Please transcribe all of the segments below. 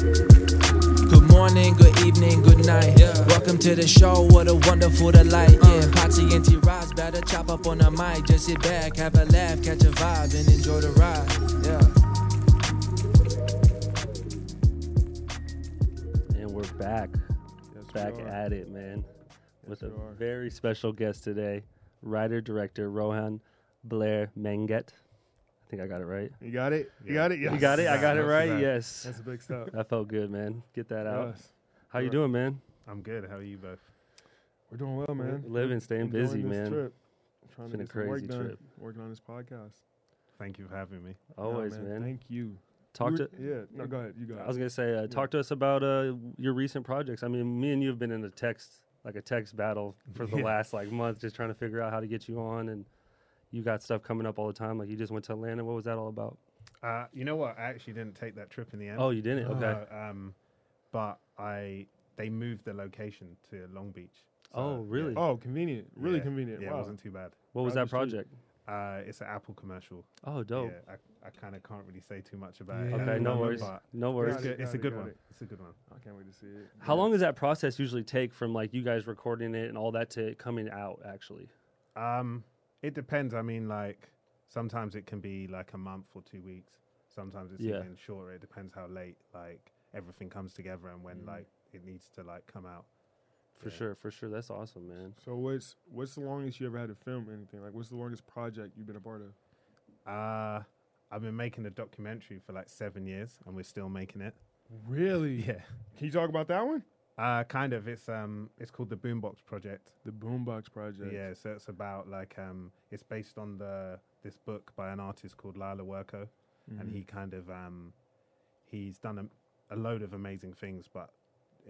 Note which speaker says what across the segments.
Speaker 1: Good morning, good evening, good night. Welcome to the show, what a wonderful delight. Yeah, Patsy and T-Rods, better chop up on the mic. Just sit back, have a laugh, catch a vibe, and enjoy the ride. Yeah.
Speaker 2: And we're back,
Speaker 3: Yes, we
Speaker 2: back
Speaker 3: are.
Speaker 2: at it, man, with
Speaker 3: we
Speaker 2: a
Speaker 3: are.
Speaker 2: very special guest today, writer director Rohan Blair Menget. I think I got it right.
Speaker 3: You got it? You
Speaker 4: Yeah.
Speaker 3: got it?
Speaker 4: You
Speaker 2: You
Speaker 3: Yes.
Speaker 2: got it. I
Speaker 4: Yeah,
Speaker 2: got it
Speaker 4: that's
Speaker 2: right.
Speaker 4: right.
Speaker 2: Yes,
Speaker 3: That's a big step.
Speaker 2: that felt good, man. Get that out.
Speaker 3: Yes.
Speaker 2: How you
Speaker 3: Right.
Speaker 2: doing, man?
Speaker 4: I'm good. How are you both?
Speaker 3: We're doing well, man.
Speaker 2: Living, staying
Speaker 3: Enjoying
Speaker 2: busy,
Speaker 3: this
Speaker 2: man.
Speaker 3: Trip. Trying
Speaker 2: been a
Speaker 3: to get some work
Speaker 2: crazy
Speaker 3: done.
Speaker 2: trip.
Speaker 3: Working on this podcast.
Speaker 4: Thank you for having me.
Speaker 3: No,
Speaker 2: Always, man.
Speaker 3: Thank you.
Speaker 2: Talk
Speaker 3: You
Speaker 2: to.
Speaker 3: were- Yeah. No, go ahead. You got
Speaker 2: I was gonna say, uh, talk to us about uh, your recent projects. I mean, me and you have been in a text, like a text battle, for the
Speaker 4: Yeah.
Speaker 2: last like month, just trying to figure out how to get you on. And you got stuff coming up all the time. Like you just went to Atlanta. What was that all about?
Speaker 4: Uh, you know what? I actually didn't take that trip in the end.
Speaker 2: Oh, you didn't. Okay.
Speaker 4: Uh, um, but I they moved the location to Long Beach.
Speaker 2: Oh, really?
Speaker 4: yeah.
Speaker 3: Oh, convenient. Really
Speaker 4: Yeah.
Speaker 3: convenient.
Speaker 4: Yeah,
Speaker 3: wow.
Speaker 4: it wasn't too bad.
Speaker 2: what was
Speaker 3: down
Speaker 2: that
Speaker 3: the street.
Speaker 2: project?
Speaker 4: Uh, it's an Apple commercial.
Speaker 2: Oh, dope.
Speaker 4: Yeah, I, I kind of can't really say too much about it.
Speaker 3: Yeah,
Speaker 4: at
Speaker 2: okay,
Speaker 4: the
Speaker 2: no
Speaker 4: moment,
Speaker 2: worries.
Speaker 4: but
Speaker 2: No worries.
Speaker 4: It's,
Speaker 3: Got
Speaker 4: good.
Speaker 3: it,
Speaker 4: it's
Speaker 3: got
Speaker 4: a
Speaker 3: it,
Speaker 4: good
Speaker 3: got
Speaker 4: one.
Speaker 3: it.
Speaker 4: It's a good one.
Speaker 3: I can't wait to see it.
Speaker 2: How
Speaker 3: Yeah.
Speaker 2: long does that process usually take from like you guys recording it and all that to it coming out? Actually.
Speaker 4: Um, it depends. I mean, like sometimes it can be like a month or two weeks. Sometimes it's
Speaker 2: Yeah.
Speaker 4: even shorter. It depends how late like everything comes together and
Speaker 3: Mm.
Speaker 4: when like it needs to like come out.
Speaker 2: For
Speaker 4: Yeah.
Speaker 2: sure. For sure. That's awesome, man.
Speaker 3: So what's what's the longest you ever had to film anything? Like what's the longest project you've been a part of?
Speaker 4: Uh, I've been making a documentary for like seven years, and we're still making it.
Speaker 3: Really?
Speaker 4: Yeah,
Speaker 3: Can you talk about that one?
Speaker 4: uh, kind of. It's um, it's called the Boombox Project.
Speaker 3: The Boombox Project.
Speaker 4: Yeah, so it's about like um, it's based on the this book by an artist called Lila Werko,
Speaker 3: Mm-hmm.
Speaker 4: and he kind of um, he's done a, a load of amazing things, but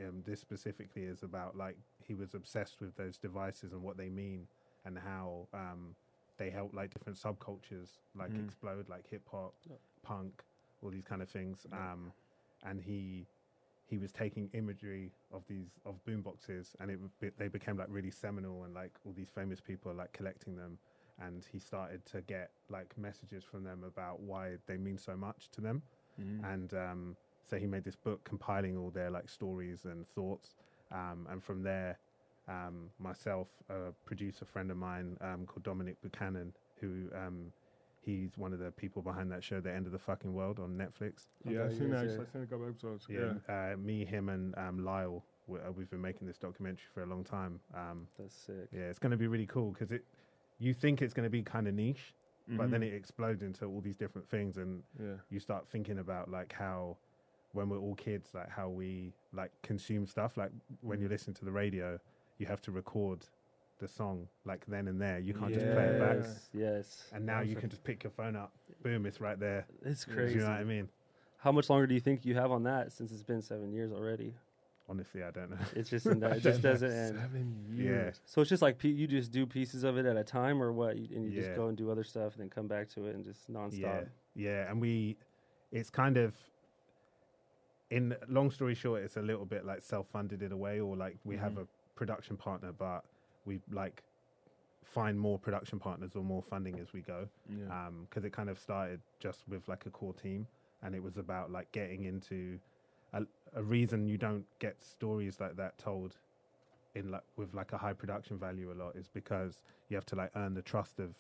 Speaker 4: um, this specifically is about like he was obsessed with those devices and what they mean and how um, they help like different subcultures like
Speaker 3: Mm.
Speaker 4: explode, like hip hop, punk, all these kind of things. Um, and he he was taking imagery of these of boomboxes, and it be, they became like really seminal, and like all these famous people are, like collecting them. And he started to get like messages from them about why they mean so much to them,
Speaker 3: Mm-hmm.
Speaker 4: and um, so he made this book compiling all their like stories and thoughts. Um, and from there, um, myself, a producer friend of mine um, called Dominic Buchanan, who um, he's one of the people behind that show, The End of the Fucking World on Netflix.
Speaker 3: Yeah, I've
Speaker 2: Okay,
Speaker 3: seen
Speaker 2: yes,
Speaker 3: that.
Speaker 2: yeah.
Speaker 3: I've seen a couple episodes.
Speaker 4: Yeah, Uh, me, him, and um, Lyle. We, uh, we've been making this documentary for a long time. Um,
Speaker 2: That's sick.
Speaker 4: yeah, it's going to be really cool because it. You think it's going to be kind of niche, but then
Speaker 3: Mhm.
Speaker 4: it explodes into all these different things, and
Speaker 3: Mm-hmm. Yeah.
Speaker 4: you start thinking about like how, when we're all kids, like how we like consume stuff. Like when you listen to the radio, you have to record the song like then and there. You can't just play it back.
Speaker 2: Yes. Yes.
Speaker 4: And now you
Speaker 3: Awesome.
Speaker 4: can just pick your phone up. Boom, it's right there.
Speaker 2: It's
Speaker 4: Do
Speaker 2: crazy.
Speaker 4: you know what I mean?
Speaker 2: How much longer do you think you have on that since it's been seven years already?
Speaker 4: Honestly, I don't know.
Speaker 2: It's just in that, it just doesn't end.
Speaker 3: Seven
Speaker 4: Yeah.
Speaker 3: years.
Speaker 2: So it's just like pe- you just do pieces of it at a time, or what? You, and you just
Speaker 4: Yeah.
Speaker 2: go and do other stuff, and then come back to it, and just nonstop.
Speaker 4: Yeah, yeah, and we, it's kind of, in long story short, it's a little bit like self-funded in a way, or like we have a production partner, but we like find more production partners or more funding as we go,
Speaker 3: Yeah.
Speaker 4: because Um, it kind of started just with like a core team, and it was about like getting into a, a reason you don't get stories like that told in like with like a high production value a lot is because you have to like earn the trust of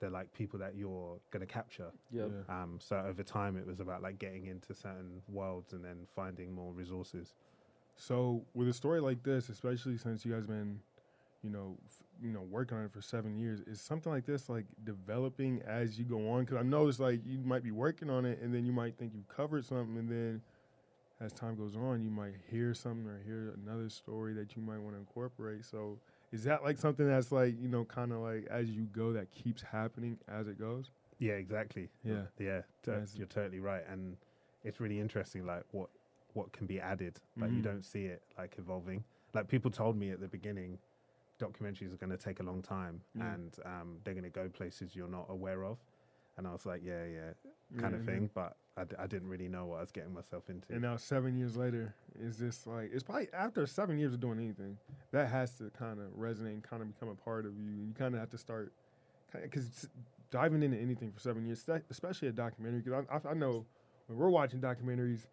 Speaker 4: the like people that you're going to capture
Speaker 2: Yep.
Speaker 3: Yeah.
Speaker 4: um, so over time, it was about like getting into certain worlds and then finding more resources.
Speaker 3: So with a story like this, especially since you guys been, you know, f- you know, working on it for seven years, is something like this like developing as you go on? Because I know it's like you might be working on it, and then you might think you've covered something, and then as time goes on, you might hear something or hear another story that you might want to incorporate. So is that like something that's like you know, kind of like as you go, that keeps happening as it goes?
Speaker 4: Yeah, exactly.
Speaker 3: Yeah.
Speaker 4: yeah, to-
Speaker 3: Yes.
Speaker 4: you're totally right, and it's really interesting. Like what what can be added, like
Speaker 3: Mhm.
Speaker 4: you don't see it like evolving. Like people told me at the beginning, documentaries are going to take a long time,
Speaker 3: Yeah.
Speaker 4: and um, they're going to go places you're not aware of. And I was like, yeah, yeah, kind
Speaker 3: Yeah,
Speaker 4: of
Speaker 3: yeah.
Speaker 4: thing, but I, d- I didn't really know what I was getting myself into.
Speaker 3: And now seven years later, is this like it's probably after seven years of doing anything that has to kind of resonate and kind of become a part of you. You kind of have to start because diving into anything for seven years, sta- especially a documentary, because I, I, I know when we're watching documentaries,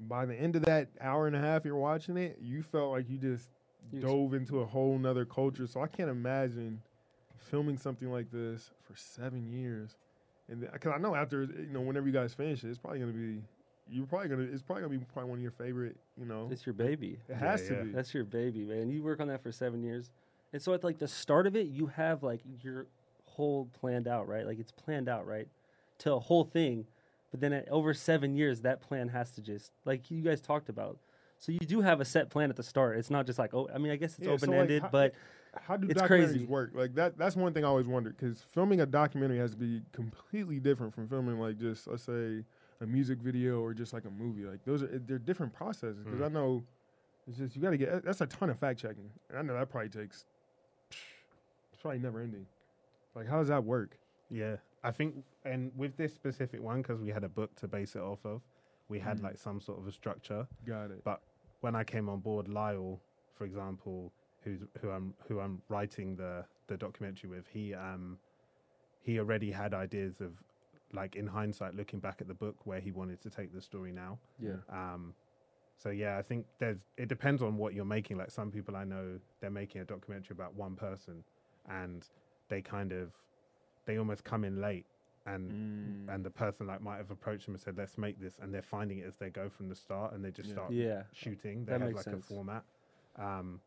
Speaker 3: by the end of that hour and a half you're watching it, you felt like you just
Speaker 2: You ex-
Speaker 3: dove into a whole nother culture. So I can't imagine filming something like this for seven years, and because I know after you know whenever you guys finish it, it's probably gonna be you're probably gonna it's probably gonna be probably one of your favorite. You know,
Speaker 2: It's your baby.
Speaker 3: it has
Speaker 4: yeah.
Speaker 3: to be.
Speaker 2: That's your baby, man. You work on that for seven years. And so at like the start of it, you have like your whole planned out, right? Like it's planned out, right? To a whole thing. But then at over seven years, that plan has to just like you guys talked about. So you do have a set plan at the start. It's not just like oh, I mean, I guess it's
Speaker 3: Yeah, so,
Speaker 2: open
Speaker 3: like,
Speaker 2: ended,
Speaker 3: how-
Speaker 2: but
Speaker 3: How do
Speaker 2: It's
Speaker 3: documentaries
Speaker 2: crazy.
Speaker 3: work? Like that. That's one thing I always wondered because filming a documentary has to be completely different from filming like just let's say a music video or just like a movie. Like those are they're different processes because
Speaker 2: Mm.
Speaker 3: I know it's just you got to get that's a ton of fact checking. And I know that probably takes it's probably never ending. Like how does that work?
Speaker 4: Yeah, I think, and with this specific one, because we had a book to base it off of, we had
Speaker 3: Mm.
Speaker 4: like some sort of a structure.
Speaker 3: Got it.
Speaker 4: But when I came on board, Lyle, for example, who's who I'm who I'm writing the the documentary with, he um he already had ideas of like in hindsight, looking back at the book, where he wanted to take the story now.
Speaker 2: Yeah.
Speaker 4: Um, so yeah, I think there's it depends on what you're making. Like some people I know, they're making a documentary about one person, and they kind of they almost come in late,
Speaker 3: Mm.
Speaker 4: and and the person like might have approached them and said, "Let's make this," and they're finding it as they go from the start, and they just
Speaker 3: Yeah.
Speaker 4: start
Speaker 2: yeah,
Speaker 4: shooting. They
Speaker 2: That
Speaker 4: have
Speaker 2: makes
Speaker 4: like
Speaker 2: sense.
Speaker 4: a format. Um,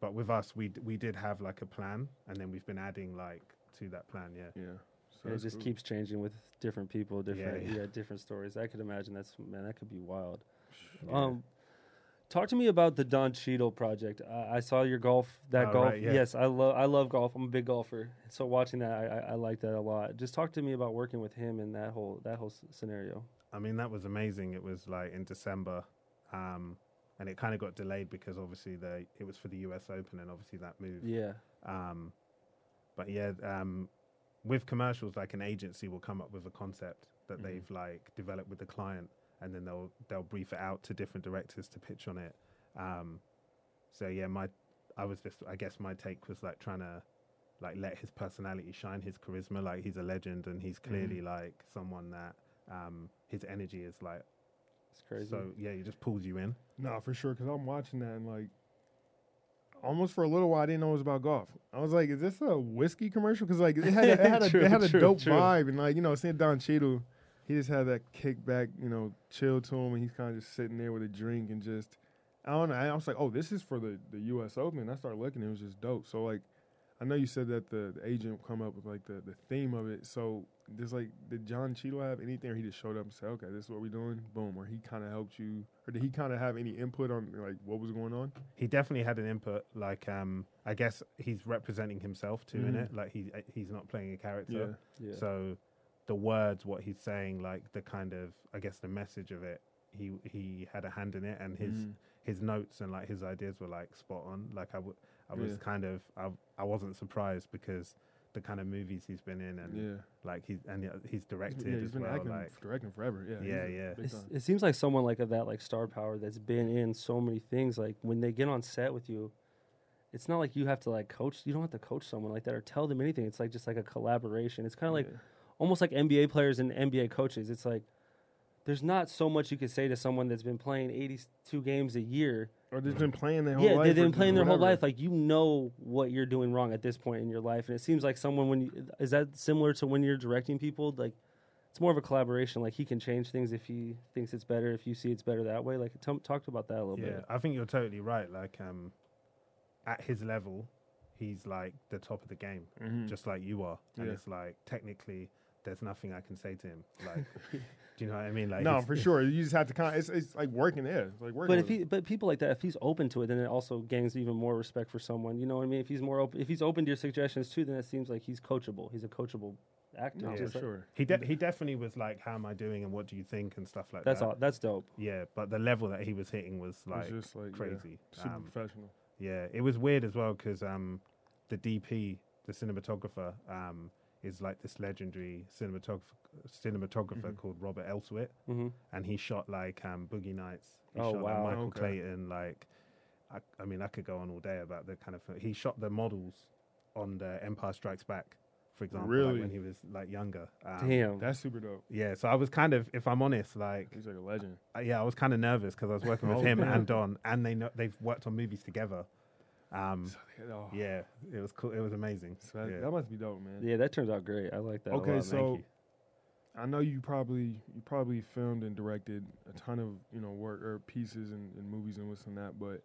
Speaker 4: but with us, we d- we did have like a plan, and then we've been adding like to that plan. Yeah,
Speaker 3: Yeah. So
Speaker 2: And it
Speaker 3: that's
Speaker 2: just
Speaker 3: cool.
Speaker 2: keeps changing with different people, different yeah,
Speaker 4: yeah.
Speaker 2: different stories. I could imagine that's man, that could be wild.
Speaker 4: Yeah.
Speaker 2: Um, talk to me about the Don Cheadle project. I, I saw your golf, that
Speaker 4: Oh,
Speaker 2: golf.
Speaker 4: right, yeah.
Speaker 2: Yes, I love I love golf. I'm a big golfer, so watching that, I, I, I like that a lot. Just talk to me about working with him and that whole that whole s- scenario.
Speaker 4: I mean, that was amazing. It was like in December, um, and it kind of got delayed because obviously the it was for the U.S. Open, and obviously that moved.
Speaker 2: Yeah,
Speaker 4: Um, but yeah, um, with commercials, like an agency will come up with a concept that they've like developed with the client, and then they'll they'll brief it out to different directors to pitch on it. Um, so yeah, my I was just I guess my take was like trying to like let his personality shine, his charisma. Like he's a legend, and he's clearly like someone that um, his energy is like.
Speaker 2: it's crazy.
Speaker 4: So yeah, he just pulls you in.
Speaker 3: No, for sure. Because I'm watching that and like, almost for a little while, I didn't know it was about golf. I was like, "Is this a whiskey commercial?" Because like it had a, it had a,
Speaker 2: True,
Speaker 3: it had a
Speaker 2: true,
Speaker 3: dope
Speaker 2: true.
Speaker 3: vibe, and like you know, seeing Don Cheadle, he just had that kickback, you know, chill to him, and he's kind of just sitting there with a drink and just, I don't know. I was like, "Oh, this is for the the U.S. Open." I started looking, it was just dope. So like, I know you said that the, the agent come up with like the the theme of it. So does like did John Cheadle have anything, or he just showed up and said, "Okay, this is what we're doing." Boom, or he kind of helped you, or did he kind of have any input on like what was going on?
Speaker 4: he definitely had an input. Like, um, I guess he's representing himself
Speaker 3: Mm-hmm.
Speaker 4: too in it. Like, he uh, he's not playing a character.
Speaker 2: Yeah.
Speaker 4: So, the words, what he's saying, like the kind of, I guess, the message of it. He he had a hand in it, and his
Speaker 3: Mm-hmm.
Speaker 4: his notes and like his ideas were like spot on. Like, I, w- I was
Speaker 3: Yeah.
Speaker 4: kind of I I wasn't surprised because the kind of movies he's been in and
Speaker 3: Yeah.
Speaker 4: like he's and uh, he's directed
Speaker 3: Yeah, he's
Speaker 4: as
Speaker 3: been
Speaker 4: well.
Speaker 3: acting,
Speaker 4: Like,
Speaker 3: directing forever. Yeah, he's
Speaker 4: Yeah,
Speaker 3: a
Speaker 4: yeah.
Speaker 3: big
Speaker 2: It's,
Speaker 3: time.
Speaker 2: it seems like someone like of that like star power that's been in so many things. Like when they get on set with you, it's not like you have to like coach. You don't have to coach someone like that or tell them anything. It's like just like a collaboration. It's kind of like
Speaker 3: Yeah.
Speaker 2: almost like NBA players and NBA coaches. It's like there's not so much you could say to someone that's been playing 82 games a year.
Speaker 3: Or they've been playing their whole
Speaker 2: yeah,
Speaker 3: life.
Speaker 2: they've
Speaker 3: or
Speaker 2: been playing their whole
Speaker 3: whatever.
Speaker 2: life. Like you know what you're doing wrong at this point in your life, and it seems like someone when you, is that similar to when you're directing people like. It's more of a collaboration. Like he can change things if he thinks it's better. If you see it's better that way, like t- talked about that a little
Speaker 4: Yeah,
Speaker 2: bit.
Speaker 4: I think you're totally right. Like, um, at his level, he's like the top of the game, Mm-hmm. just like you are. And
Speaker 3: Mm. Yeah.
Speaker 4: it's like technically, there's nothing I can say to him. Like, do you know what I mean? Like,
Speaker 3: No,
Speaker 4: he's-
Speaker 3: for sure. You just have to kind. Of, it's it's like working there. It's like working.
Speaker 2: But if
Speaker 3: with
Speaker 2: he,
Speaker 3: them.
Speaker 2: but people like that, if he's open to it, then it also gains even more respect for someone. You know what I mean? If he's more open, if he's open to your suggestions too, then it seems like he's coachable. He's a coachable actor.
Speaker 3: no,
Speaker 2: Just
Speaker 3: for
Speaker 2: like-
Speaker 3: sure.
Speaker 4: he de- he definitely was like, "How am I doing? And what do you think? And stuff like
Speaker 2: That's
Speaker 4: that."
Speaker 2: all. That's dope.
Speaker 4: Yeah, but the level that he was hitting was like,
Speaker 3: it's just like yeah,
Speaker 4: crazy.
Speaker 3: super
Speaker 4: Um,
Speaker 3: professional.
Speaker 4: Yeah, it was weird as well because um, the DP, the cinematographer, um, is like this legendary cinematographer, cinematographer
Speaker 3: Mm-hmm.
Speaker 4: called Robert Elswit,
Speaker 2: Mm-hmm.
Speaker 4: and he shot like um, Boogie Nights. He
Speaker 2: Oh,
Speaker 4: shot
Speaker 2: wow.
Speaker 4: like, Michael
Speaker 3: Okay.
Speaker 4: Clayton. Like, I, I mean, I could go on all day about the kind of. He shot the models on the Empire Strikes Back, for for example,
Speaker 3: Really?
Speaker 4: like when he was like younger. Um,
Speaker 2: Damn.
Speaker 3: That's super dope.
Speaker 4: Yeah, so I was kind of, if I'm honest, like,
Speaker 3: He's like a legend.
Speaker 4: uh, yeah, I was kind of nervous because I was working with him
Speaker 3: Oh.
Speaker 4: and Don, and they know, they've worked on movies together. Um,
Speaker 3: So they- oh,
Speaker 4: yeah, it was cool. It was amazing.
Speaker 3: so that,
Speaker 4: yeah.
Speaker 3: that must be dope, man.
Speaker 2: yeah, that turns out great. I like that.
Speaker 3: okay,
Speaker 2: a lot.
Speaker 3: so
Speaker 2: Thank
Speaker 3: I know you probably you probably filmed and directed a ton of you know work or pieces and, and movies and this and that, but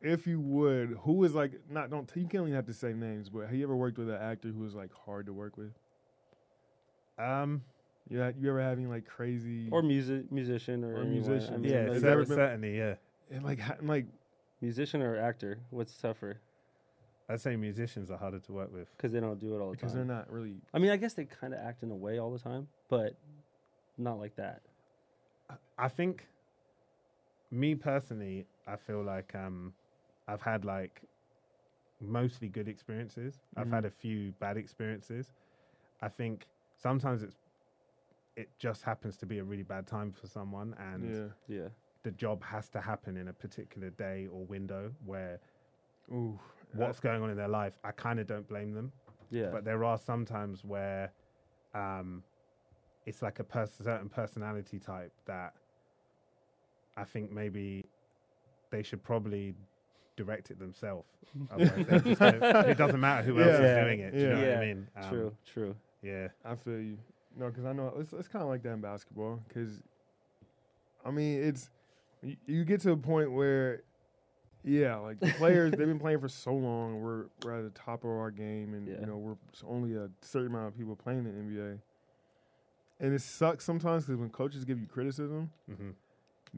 Speaker 3: if you would, who is like not don't you can't even have to say names, but have you ever worked with an actor who was like hard to work with?
Speaker 4: Um,
Speaker 3: Yeah, you ever having like crazy
Speaker 2: you. or music, musician, or,
Speaker 3: Or
Speaker 2: anyone. I
Speaker 3: musician,
Speaker 2: mean,
Speaker 4: yeah,
Speaker 3: has
Speaker 2: like,
Speaker 3: that-
Speaker 4: cer-
Speaker 3: ever been-
Speaker 4: certainly, yeah.
Speaker 3: and like ha- and like
Speaker 2: musician or actor. What's tougher?
Speaker 4: I'd say musicians are harder to work with.
Speaker 2: Because they don't do it all the
Speaker 3: because
Speaker 2: time.
Speaker 3: they're not really
Speaker 2: I mean, I guess they kind of act in a way all the time, but not like that.
Speaker 4: I think, me personally, I feel like um, I've had like mostly good experiences. I've had a few bad experiences. I think sometimes it's it just happens to be a really bad time for someone, and
Speaker 3: yeah
Speaker 2: Yeah.
Speaker 4: the job has to happen in a particular day or window where
Speaker 3: ooh
Speaker 4: what's going on in their life. I kind of don't blame them.
Speaker 2: Yeah.
Speaker 4: but there are some times where um, it's like a pers- certain personality type that I think maybe they should probably direct it themselves. Otherwise they're just gonna- it doesn't matter who else
Speaker 3: Yeah.
Speaker 4: is doing it. Do you know
Speaker 2: yeah.
Speaker 4: what I mean? Um,
Speaker 2: true. True.
Speaker 4: Yeah.
Speaker 3: I feel you. No, because I know it's, it's kind of like that in basketball. Because I mean, it's you, you get to a point where, yeah, like the players they've been playing for so long. We're we're at the top of our game, and
Speaker 2: Yeah.
Speaker 3: you know we're it's only a certain amount of people playing in the NBA. And it sucks sometimes because when coaches give you criticism,
Speaker 4: hmm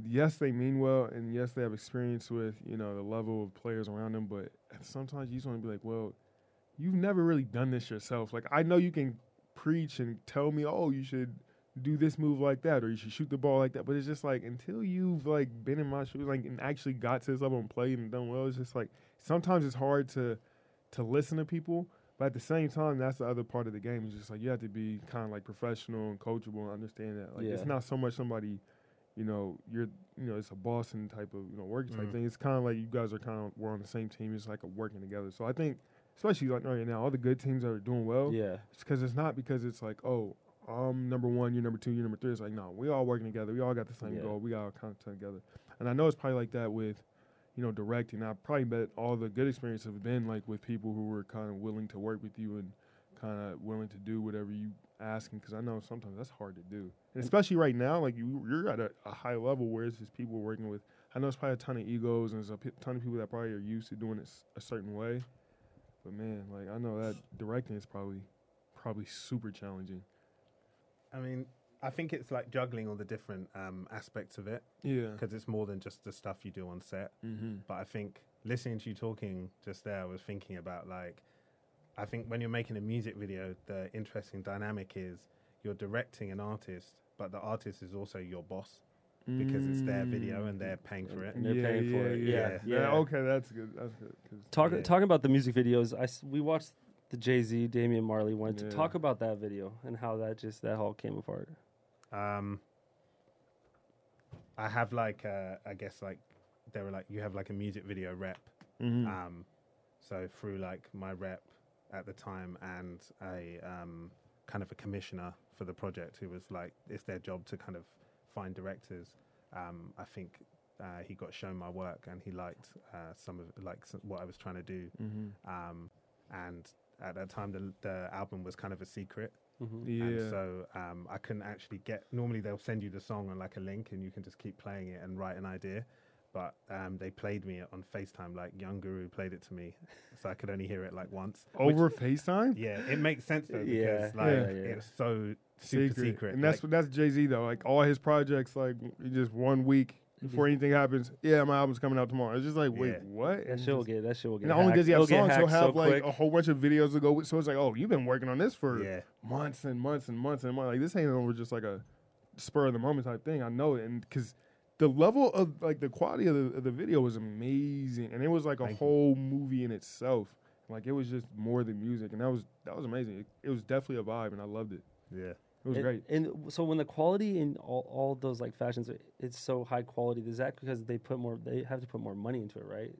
Speaker 3: yes, they mean well, and yes, they have experience with you know the level of players around them. But sometimes you just want to be like, well, you've never really done this yourself. Like I know you can preach and tell me, oh, you should do this move like that, or you should shoot the ball like that. But it's just like until you've like been in my shoes, like and actually got to this level and played and done well, it's just like sometimes it's hard to to listen to people. But at the same time, that's the other part of the game. It's just like you have to be kind of like professional and coachable and understand that. Like
Speaker 2: Yeah.
Speaker 3: it's not so much somebody, you know, you're you know, it's a Boston type of you know work type
Speaker 4: Mm.
Speaker 3: thing. It's kind of like you guys are kind of we're on the same team. It's like a working together. So I think, especially like right now, all the good teams that are doing well,
Speaker 2: Yeah.
Speaker 3: it's because it's not because it's like oh. I'm number one, you're number two, you're number three. It's like, no, we all working together. We all got the same
Speaker 2: Yeah.
Speaker 3: goal. We all kind of together. And I know it's probably like that with, you know, directing. I probably bet all the good experiences have been like with people who were kind of willing to work with you and kind of willing to do whatever you asking. Because I know sometimes that's hard to do, and especially right now, like you, you're at a, a high level where it's just people working with. I know it's probably a ton of egos and there's a p- ton of people that probably are used to doing it s- a certain way, but man, like I know that directing is probably probably super challenging.
Speaker 4: I mean, I think it's like juggling all the different um, aspects of it
Speaker 3: Yeah.
Speaker 4: because it's more than just the stuff you do on set.
Speaker 3: Mm-hmm.
Speaker 4: But I think listening to you talking just there, I was thinking about like, I think when you're making a music video, the interesting dynamic is you're directing an artist, but the artist is also your boss because it's their video and they're paying for it.
Speaker 2: Mm. And they're paying for it. Yeah,
Speaker 3: Yeah.
Speaker 2: yeah.
Speaker 3: Okay, that's good. That's good. 'cause-
Speaker 2: Talk,
Speaker 4: Yeah.
Speaker 2: Talking about the music videos, I s- we watched the Jay Z Damian Marley one to
Speaker 3: Yeah.
Speaker 2: talk about that video and how that just that all came apart.
Speaker 4: Um, I have like, uh, I guess like, they were like, you have like a music video rep.
Speaker 2: Mm-hmm.
Speaker 3: Mhm.
Speaker 4: Um, so through like my rep at the time and a um, kind of a commissioner for the project who was like, it's their job to kind of find directors. Um, I think uh, he got shown my work and he liked uh, some of like s what I was trying to do.
Speaker 3: Mhm.
Speaker 2: Mm-hmm.
Speaker 4: Um, and at that time, the, the album was kind of a secret.
Speaker 2: Mm-hmm.
Speaker 3: Yeah.
Speaker 4: And so um, I couldn't actually get. Normally they'll send you the song on like a link, and you can just keep playing it and write an idea. But um, they played me it on FaceTime. Like Young Guru played it to me, so I could only hear it like once. which-
Speaker 3: Over FaceTime.
Speaker 4: yeah, it makes sense though
Speaker 2: Yeah,
Speaker 4: because like
Speaker 2: yeah, yeah.
Speaker 4: it's so super secret.
Speaker 3: And that's
Speaker 4: like,
Speaker 3: that's Jay Z though. Like all his projects, like w- just one week before anything happens. Yeah, my album's coming out tomorrow. It's just like, wait,
Speaker 4: Yeah.
Speaker 3: what?
Speaker 2: That
Speaker 3: And
Speaker 2: shit will get that shit will get.
Speaker 3: not only does he have
Speaker 2: hacked-
Speaker 3: songs,
Speaker 2: it'll get
Speaker 3: he'll
Speaker 2: hacked
Speaker 3: have
Speaker 2: so
Speaker 3: like a
Speaker 2: quick.
Speaker 3: whole bunch of videos to go with. So it's like, oh, you've been working on this for
Speaker 4: yeah,
Speaker 3: months and months and months and months. Like this ain't over just like a spur of the moment type thing. I know it, and because the level of like the quality of the, of the video was amazing, and it was like a
Speaker 4: Thank you.
Speaker 3: whole movie in itself. Like it was just more than music, and that was that was amazing. It, it was definitely a vibe, and I loved it.
Speaker 4: yeah.
Speaker 3: It was
Speaker 2: and,
Speaker 3: great.
Speaker 2: And w- so when the quality in all, all those like fashions, are- it's so high quality. Is that because they put more? They have to put more money into it, right?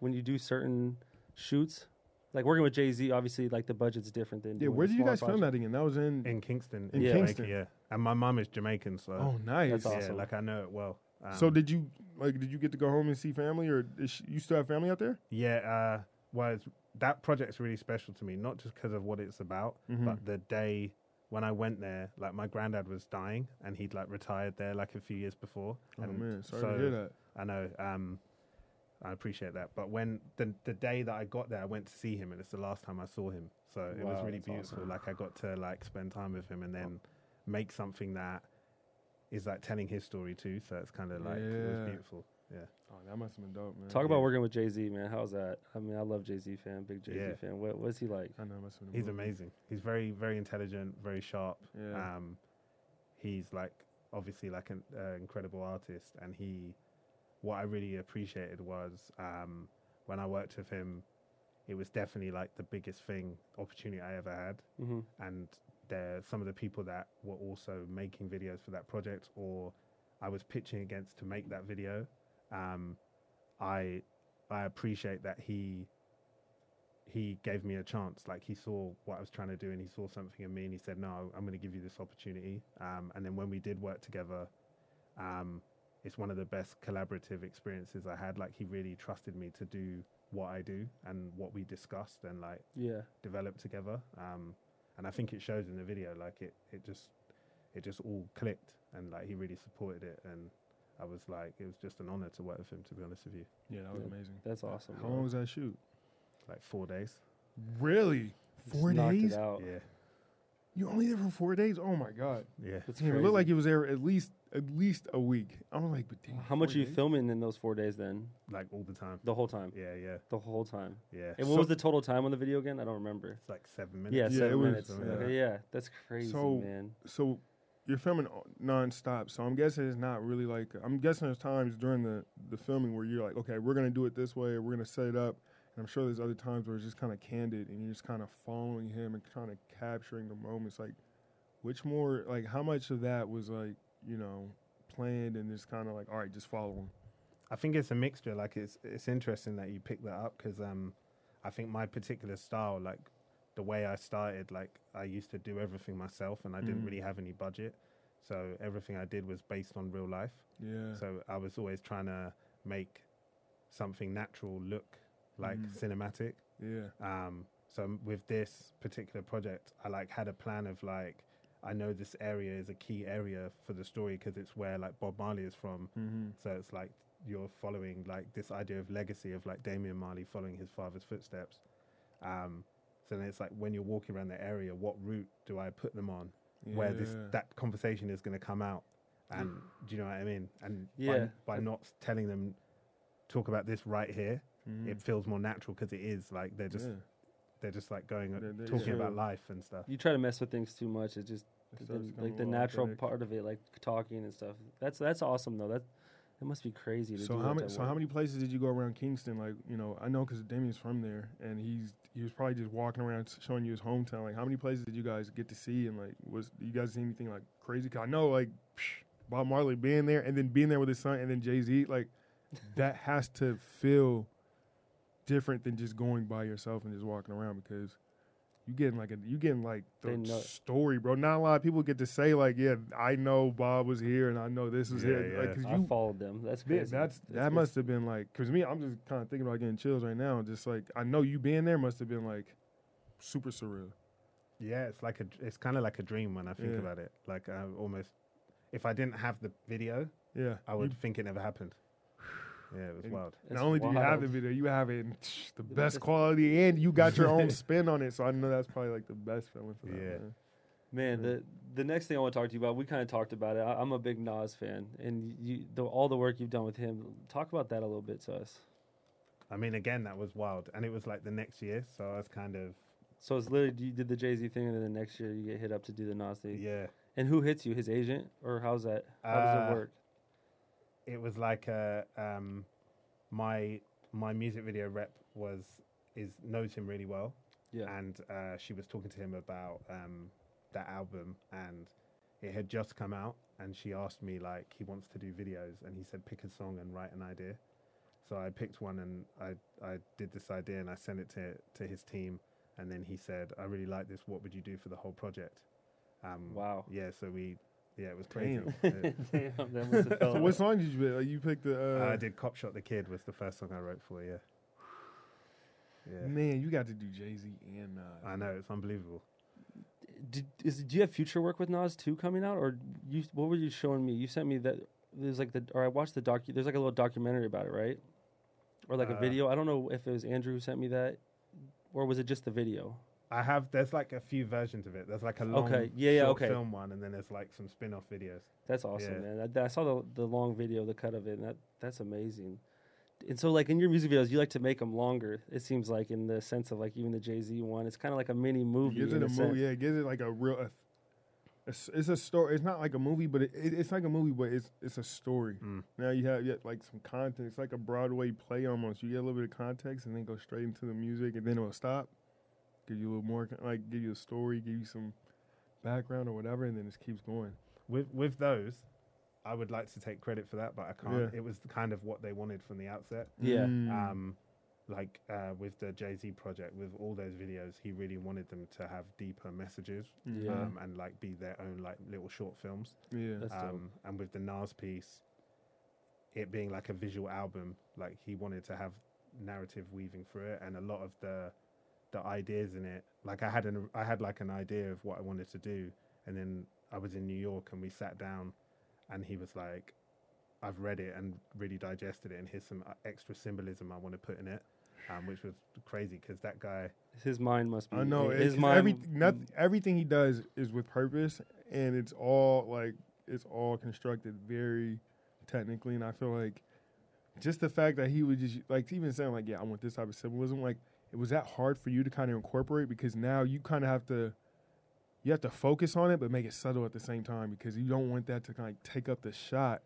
Speaker 2: When you do certain shoots, like working with Jay Z, obviously, like the budget's different than
Speaker 3: Yeah,
Speaker 2: doing
Speaker 3: where
Speaker 2: a
Speaker 3: did you
Speaker 2: smaller
Speaker 3: guys film
Speaker 2: project.
Speaker 3: that again? That was in.
Speaker 4: in Kingston.
Speaker 3: In
Speaker 4: yeah,
Speaker 3: Kingston.
Speaker 4: yeah. And my mum is Jamaican, so
Speaker 3: oh, nice.
Speaker 2: That's awesome.
Speaker 4: yeah, like I know it well. Um,
Speaker 3: So did you like? Did you get to go home and see family, or is she, you still have family out there?
Speaker 4: yeah. Uh, well, it's, that project's really special to me, not just because of what it's about,
Speaker 3: Mm-hmm.
Speaker 4: but the day when I went there, like my granddad was dying, and he'd like retired there like a few years before.
Speaker 3: Oh
Speaker 4: and
Speaker 3: man, sorry
Speaker 4: Mm-hmm. so
Speaker 3: to hear that.
Speaker 4: I know. Um, I appreciate that. But when the the day that I got there, I went to see him, and it's the last time I saw him. So it was
Speaker 2: Wow,
Speaker 4: really
Speaker 2: that's
Speaker 4: beautiful.
Speaker 2: awesome.
Speaker 4: Like I got to like spend time with him, and then make something that is like telling his story too. So it's kind of like it
Speaker 3: Yeah.
Speaker 4: was beautiful. Yeah,
Speaker 3: Oh, that must have been dope, man.
Speaker 2: Talk about
Speaker 4: Yeah.
Speaker 2: working with Jay Z, man. How's that? I mean, I love Jay Z fan, big Jay Z
Speaker 4: Yeah.
Speaker 2: fan. What what's he like?
Speaker 3: I know, it must have been.
Speaker 4: he's
Speaker 3: dope.
Speaker 4: amazing. He's very very intelligent, very sharp.
Speaker 3: Yeah.
Speaker 4: Um, he's like obviously like an uh, incredible artist, and he. What I really appreciated was um, when I worked with him, it was definitely like the biggest thing opportunity I ever had,
Speaker 2: Mm-hmm.
Speaker 4: and there some of the people that were also making videos for that project or I was pitching against to make that video. Um, I I appreciate that he he gave me a chance. Like he saw what I was trying to do and he saw something in me and he said, "No, I'm going to give you this opportunity." Um, and then when we did work together, um, it's one of the best collaborative experiences I had. Like he really trusted me to do what I do and what we discussed and like
Speaker 2: Yeah,
Speaker 4: developed together. Um, and I think it shows in the video, like it, it just, it just all clicked, and like he really supported it, and I was like, it was just an honor to work with him, to be honest with you.
Speaker 3: Yeah, that was
Speaker 2: Yeah.
Speaker 3: amazing.
Speaker 2: that's awesome.
Speaker 3: How
Speaker 2: man.
Speaker 3: long was that shoot?
Speaker 4: Like four days.
Speaker 3: Really?
Speaker 2: Just
Speaker 3: Four
Speaker 2: knocked
Speaker 3: days?
Speaker 2: It out.
Speaker 4: Yeah,
Speaker 3: You only there for four days? Oh my god!
Speaker 4: yeah.
Speaker 2: That's
Speaker 3: Damn, it
Speaker 2: crazy.
Speaker 3: looked like it was there at least at least a week. I'm like, but damn,
Speaker 2: How much
Speaker 3: four
Speaker 2: are you
Speaker 3: days?
Speaker 2: filming in those four days? Then
Speaker 4: Like all the time.
Speaker 2: the whole time,
Speaker 4: Yeah, yeah,
Speaker 2: the whole time.
Speaker 4: yeah.
Speaker 2: And what was the total time on the video again? I don't remember.
Speaker 4: It's like seven minutes.
Speaker 2: Yeah,
Speaker 3: Yeah,
Speaker 2: seven
Speaker 3: it was-
Speaker 2: minutes.
Speaker 4: yeah.
Speaker 2: Okay, yeah, that's crazy,
Speaker 3: So-
Speaker 2: man.
Speaker 3: So you're filming o- nonstop. So I'm guessing it's not really like I'm guessing there's times during the the filming where you're like, okay, we're gonna do it this way, or we're gonna set it up. And I'm sure there's other times where it's just kind of candid, and you're just kind of following him and kind of capturing the moments. Like, which more, like, how much of that was like, you know, planned and just kind of like, all right, just follow him.
Speaker 4: I think it's a mixture. Like it's it's interesting that you pick that up because um, I think my particular style, like the way I started, like I used to do everything myself, and I didn't
Speaker 3: Mhm.
Speaker 2: Mm.
Speaker 4: really have any budget, so everything I did was based on real life.
Speaker 3: Yeah.
Speaker 4: So I was always trying to make something natural look like
Speaker 3: Mm.
Speaker 4: cinematic.
Speaker 3: yeah.
Speaker 4: Um, so m- with this particular project, I like had a plan of like I know this area is a key area for the story because it's where like Bob Marley is from.
Speaker 3: Mm-hmm.
Speaker 4: So it's like you're following like this idea of legacy of like Damian Marley following his father's footsteps. Um, so then it's like when you're walking around the area, what route do I put them on? Where this
Speaker 3: Yeah. Mm-hmm. Mm.
Speaker 4: that conversation is going to come out, and do you know what I mean? And
Speaker 2: Yeah.
Speaker 4: by, by not telling them, talk about this right here,
Speaker 3: Mhm.
Speaker 4: it feels more natural because it is like they're just
Speaker 3: Yeah.
Speaker 4: they're just like going uh,
Speaker 3: They're- they're-
Speaker 4: talking
Speaker 2: yeah.
Speaker 4: about life and stuff.
Speaker 2: You try to mess with things too much. It just
Speaker 3: It
Speaker 2: the-
Speaker 3: starts
Speaker 2: like the
Speaker 3: becoming a little
Speaker 2: natural
Speaker 3: authentic.
Speaker 2: part of it, like talking and stuff. That's that's awesome though. That that must be crazy. To
Speaker 3: So
Speaker 2: do
Speaker 3: how
Speaker 2: that
Speaker 3: many?
Speaker 2: type
Speaker 3: So
Speaker 2: of
Speaker 3: how
Speaker 2: work.
Speaker 3: many places did you go around Kingston? Like you know, I know because Damien's from there, and he's he was probably just walking around s- showing you his hometown. Like how many places did you guys get to see? And like, was you guys see anything like crazy? 'Cause I know like psh, Bob Marley being there, and then being there with his son, and then Jay Z. Like that has to feel different than just going by yourself and just walking around because. You getting like a you getting like
Speaker 2: They
Speaker 3: the
Speaker 2: know-
Speaker 3: story, bro. Not a lot of people get to say like, yeah, I know Bob was here and I know this was
Speaker 4: Yeah,
Speaker 3: here. Like,
Speaker 4: yeah.
Speaker 3: 'cause
Speaker 2: I
Speaker 3: you
Speaker 2: followed them. That's
Speaker 3: yeah,
Speaker 2: crazy.
Speaker 3: that's that
Speaker 2: good.
Speaker 3: must have been like because me, I'm just kind of thinking about getting chills right now. Just like I know you being there must have been like super surreal.
Speaker 4: Yeah, it's like a dr- it's kind of like a dream when I think
Speaker 3: Yeah.
Speaker 4: about it. Like I almost, if I didn't have the video,
Speaker 3: Yeah,
Speaker 4: I would think it never happened. Yeah, it was
Speaker 3: And-
Speaker 4: wild.
Speaker 2: That's
Speaker 3: Not only do you have
Speaker 2: wild.
Speaker 3: the video, you have it in the best
Speaker 2: best-
Speaker 3: quality, and you got your own spin on it. So I know that's probably like the best feeling for that.
Speaker 4: Yeah.
Speaker 3: man.
Speaker 2: Man, the the next thing I want to talk to you about, we kind of talked about it. I, I'm a big Nas fan, and you the, all the work you've done with him. Talk about that a little bit to us.
Speaker 4: I mean, again, that was wild, and it was like the next year, so I was kind of
Speaker 2: So it's literally you did the Jay Z thing, and then the next year you get hit up to do the Nas thing.
Speaker 4: yeah.
Speaker 2: And who hits you? His agent, or how's that? How does
Speaker 4: Uh,
Speaker 2: it work?
Speaker 4: It was like a um, my my music video rep was is knows him really well,
Speaker 2: Yeah,
Speaker 4: and uh, she was talking to him about um, that album and it had just come out and she asked me like he wants to do videos and he said pick a song and write an idea So I picked one and I, I did this idea and I sent it to, to his team. And then he said, I really like this. What would you do for the whole project? Um,
Speaker 2: Wow.
Speaker 4: Yeah, so we, yeah, it was crazy.
Speaker 2: Damn, that must have felt.
Speaker 3: So what song did you pick? Like, you picked the.
Speaker 4: Uh,
Speaker 3: Uh,
Speaker 4: I did Cop Shot the Kid was the first song I wrote for, yeah. Yeah.
Speaker 3: Man, you got to do Jay Z and uh, Nas.
Speaker 4: I know, it's unbelievable.
Speaker 2: Did, is, do you have future work with Nas too coming out, or you? What were you showing me? You sent me that there's like the or I watched the docu. There's like a little documentary about it, right? Or like a
Speaker 4: Uh,
Speaker 2: video. I don't know if it was Andrew who sent me that, or was it just the video?
Speaker 4: I have, there's like a few versions of it. There's like a long
Speaker 2: Okay, yeah, yeah,
Speaker 4: short
Speaker 2: okay.
Speaker 4: film one and then there's like some spin off videos.
Speaker 2: That's awesome,
Speaker 4: Yeah.
Speaker 2: man. I, th- I saw the the long video, the cut of it, and that that's amazing. And so, like in your music videos, you like to make them longer. It seems like in the sense of like even the Jay Z one, it's kind of like a mini movie.
Speaker 3: gives
Speaker 2: in
Speaker 3: it a
Speaker 2: a sense.
Speaker 3: movie. Yeah, it gives it like a real. A, it's, it's a story. It's not like a movie, but it, it, it's like a movie, but it's it's a story.
Speaker 2: Hmm.
Speaker 4: Mm.
Speaker 3: Now you have you have, like some content. It's like a Broadway play almost. You get a little bit of context, and then go straight into the music, and then it'll stop, give you a little more, con- like give you a story, give you some background or whatever, and then it just keeps going.
Speaker 4: With, with those, I would like to take credit for that, but I can't.
Speaker 3: Yeah.
Speaker 4: It was kind of what they wanted from the outset.
Speaker 2: Yeah.
Speaker 3: Mm.
Speaker 4: um, like uh, with the Jay Z project, with all those videos, he really wanted them to have deeper messages
Speaker 2: Yeah.
Speaker 4: um, and like be their own like little short films.
Speaker 3: mm, yeah.
Speaker 2: That's dope.
Speaker 4: Um, and with the Nas piece, it being like a visual album, like he wanted to have narrative weaving through it, and a lot of the the ideas in it. Like I had an I had like an idea of what I wanted to do, and then I was in New York and we sat down, and he was like, "I've read it and really digested it, and here's some uh, extra symbolism I want to put in it," um, which was crazy because that guy.
Speaker 2: His mind must be.
Speaker 3: I know.
Speaker 2: His
Speaker 3: It's
Speaker 2: mind.
Speaker 3: every, nothing, everything he does is with purpose, and it's all like it's all constructed very technically. And I feel like just the fact that he would just like even saying like, "Yeah, I want this type of symbolism." Like, it was that hard for you to kind of incorporate because now you kind of have to you have to focus on it, but make it subtle at the same time because you don't want that to kind of take up the shot.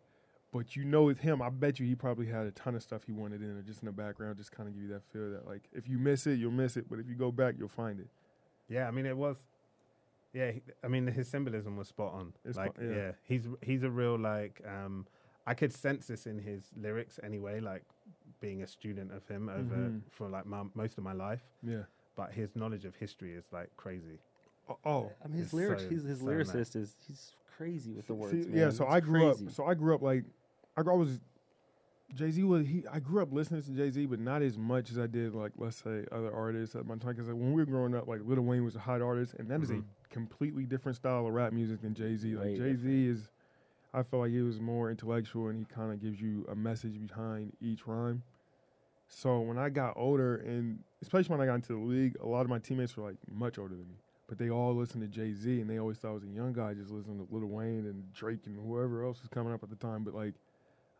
Speaker 3: But you know, with him, I bet you he probably had a ton of stuff he wanted in there, just in the background, just kind of give you that feel that like if you miss it, you'll miss it, but if you go back, you'll find it.
Speaker 4: Yeah, I mean it was. Yeah, he, I mean his symbolism was spot on.
Speaker 3: It's
Speaker 4: like,
Speaker 3: spot- yeah.
Speaker 4: yeah. he's he's a real like. um I could sense this in his lyrics anyway. Like being a student of him over
Speaker 3: Mhm.
Speaker 4: for like my, most of my life,
Speaker 3: Yeah.
Speaker 4: but his knowledge of history is like crazy.
Speaker 3: Oh, oh.
Speaker 2: I mean, his
Speaker 4: It's
Speaker 2: lyrics.
Speaker 4: so-
Speaker 2: he's, his
Speaker 4: so mad.
Speaker 2: lyricist is he's crazy with the words.
Speaker 3: See, yeah.
Speaker 2: man.
Speaker 3: So
Speaker 2: It's
Speaker 3: I grew
Speaker 2: crazy.
Speaker 3: up. So I grew up like I grew- I was Jay Z was he. I grew up listening to Jay Z, but not as much as I did like let's say other artists at my time. Because like, when we were growing up, like Lil Wayne was a hot artist, and that is
Speaker 4: Mhm.
Speaker 3: a completely different style of rap music than Jay Z.
Speaker 2: Way
Speaker 3: Like Jay Z is, I feel like he was more intellectual, and he kind of gives you a message behind each rhyme. So when I got older, and especially when I got into the league, a lot of my teammates were like much older than me, but they all listened to Jay Z, and they always thought I was a young guy just listening to Lil Wayne and Drake and whoever else was coming up at the time. But like,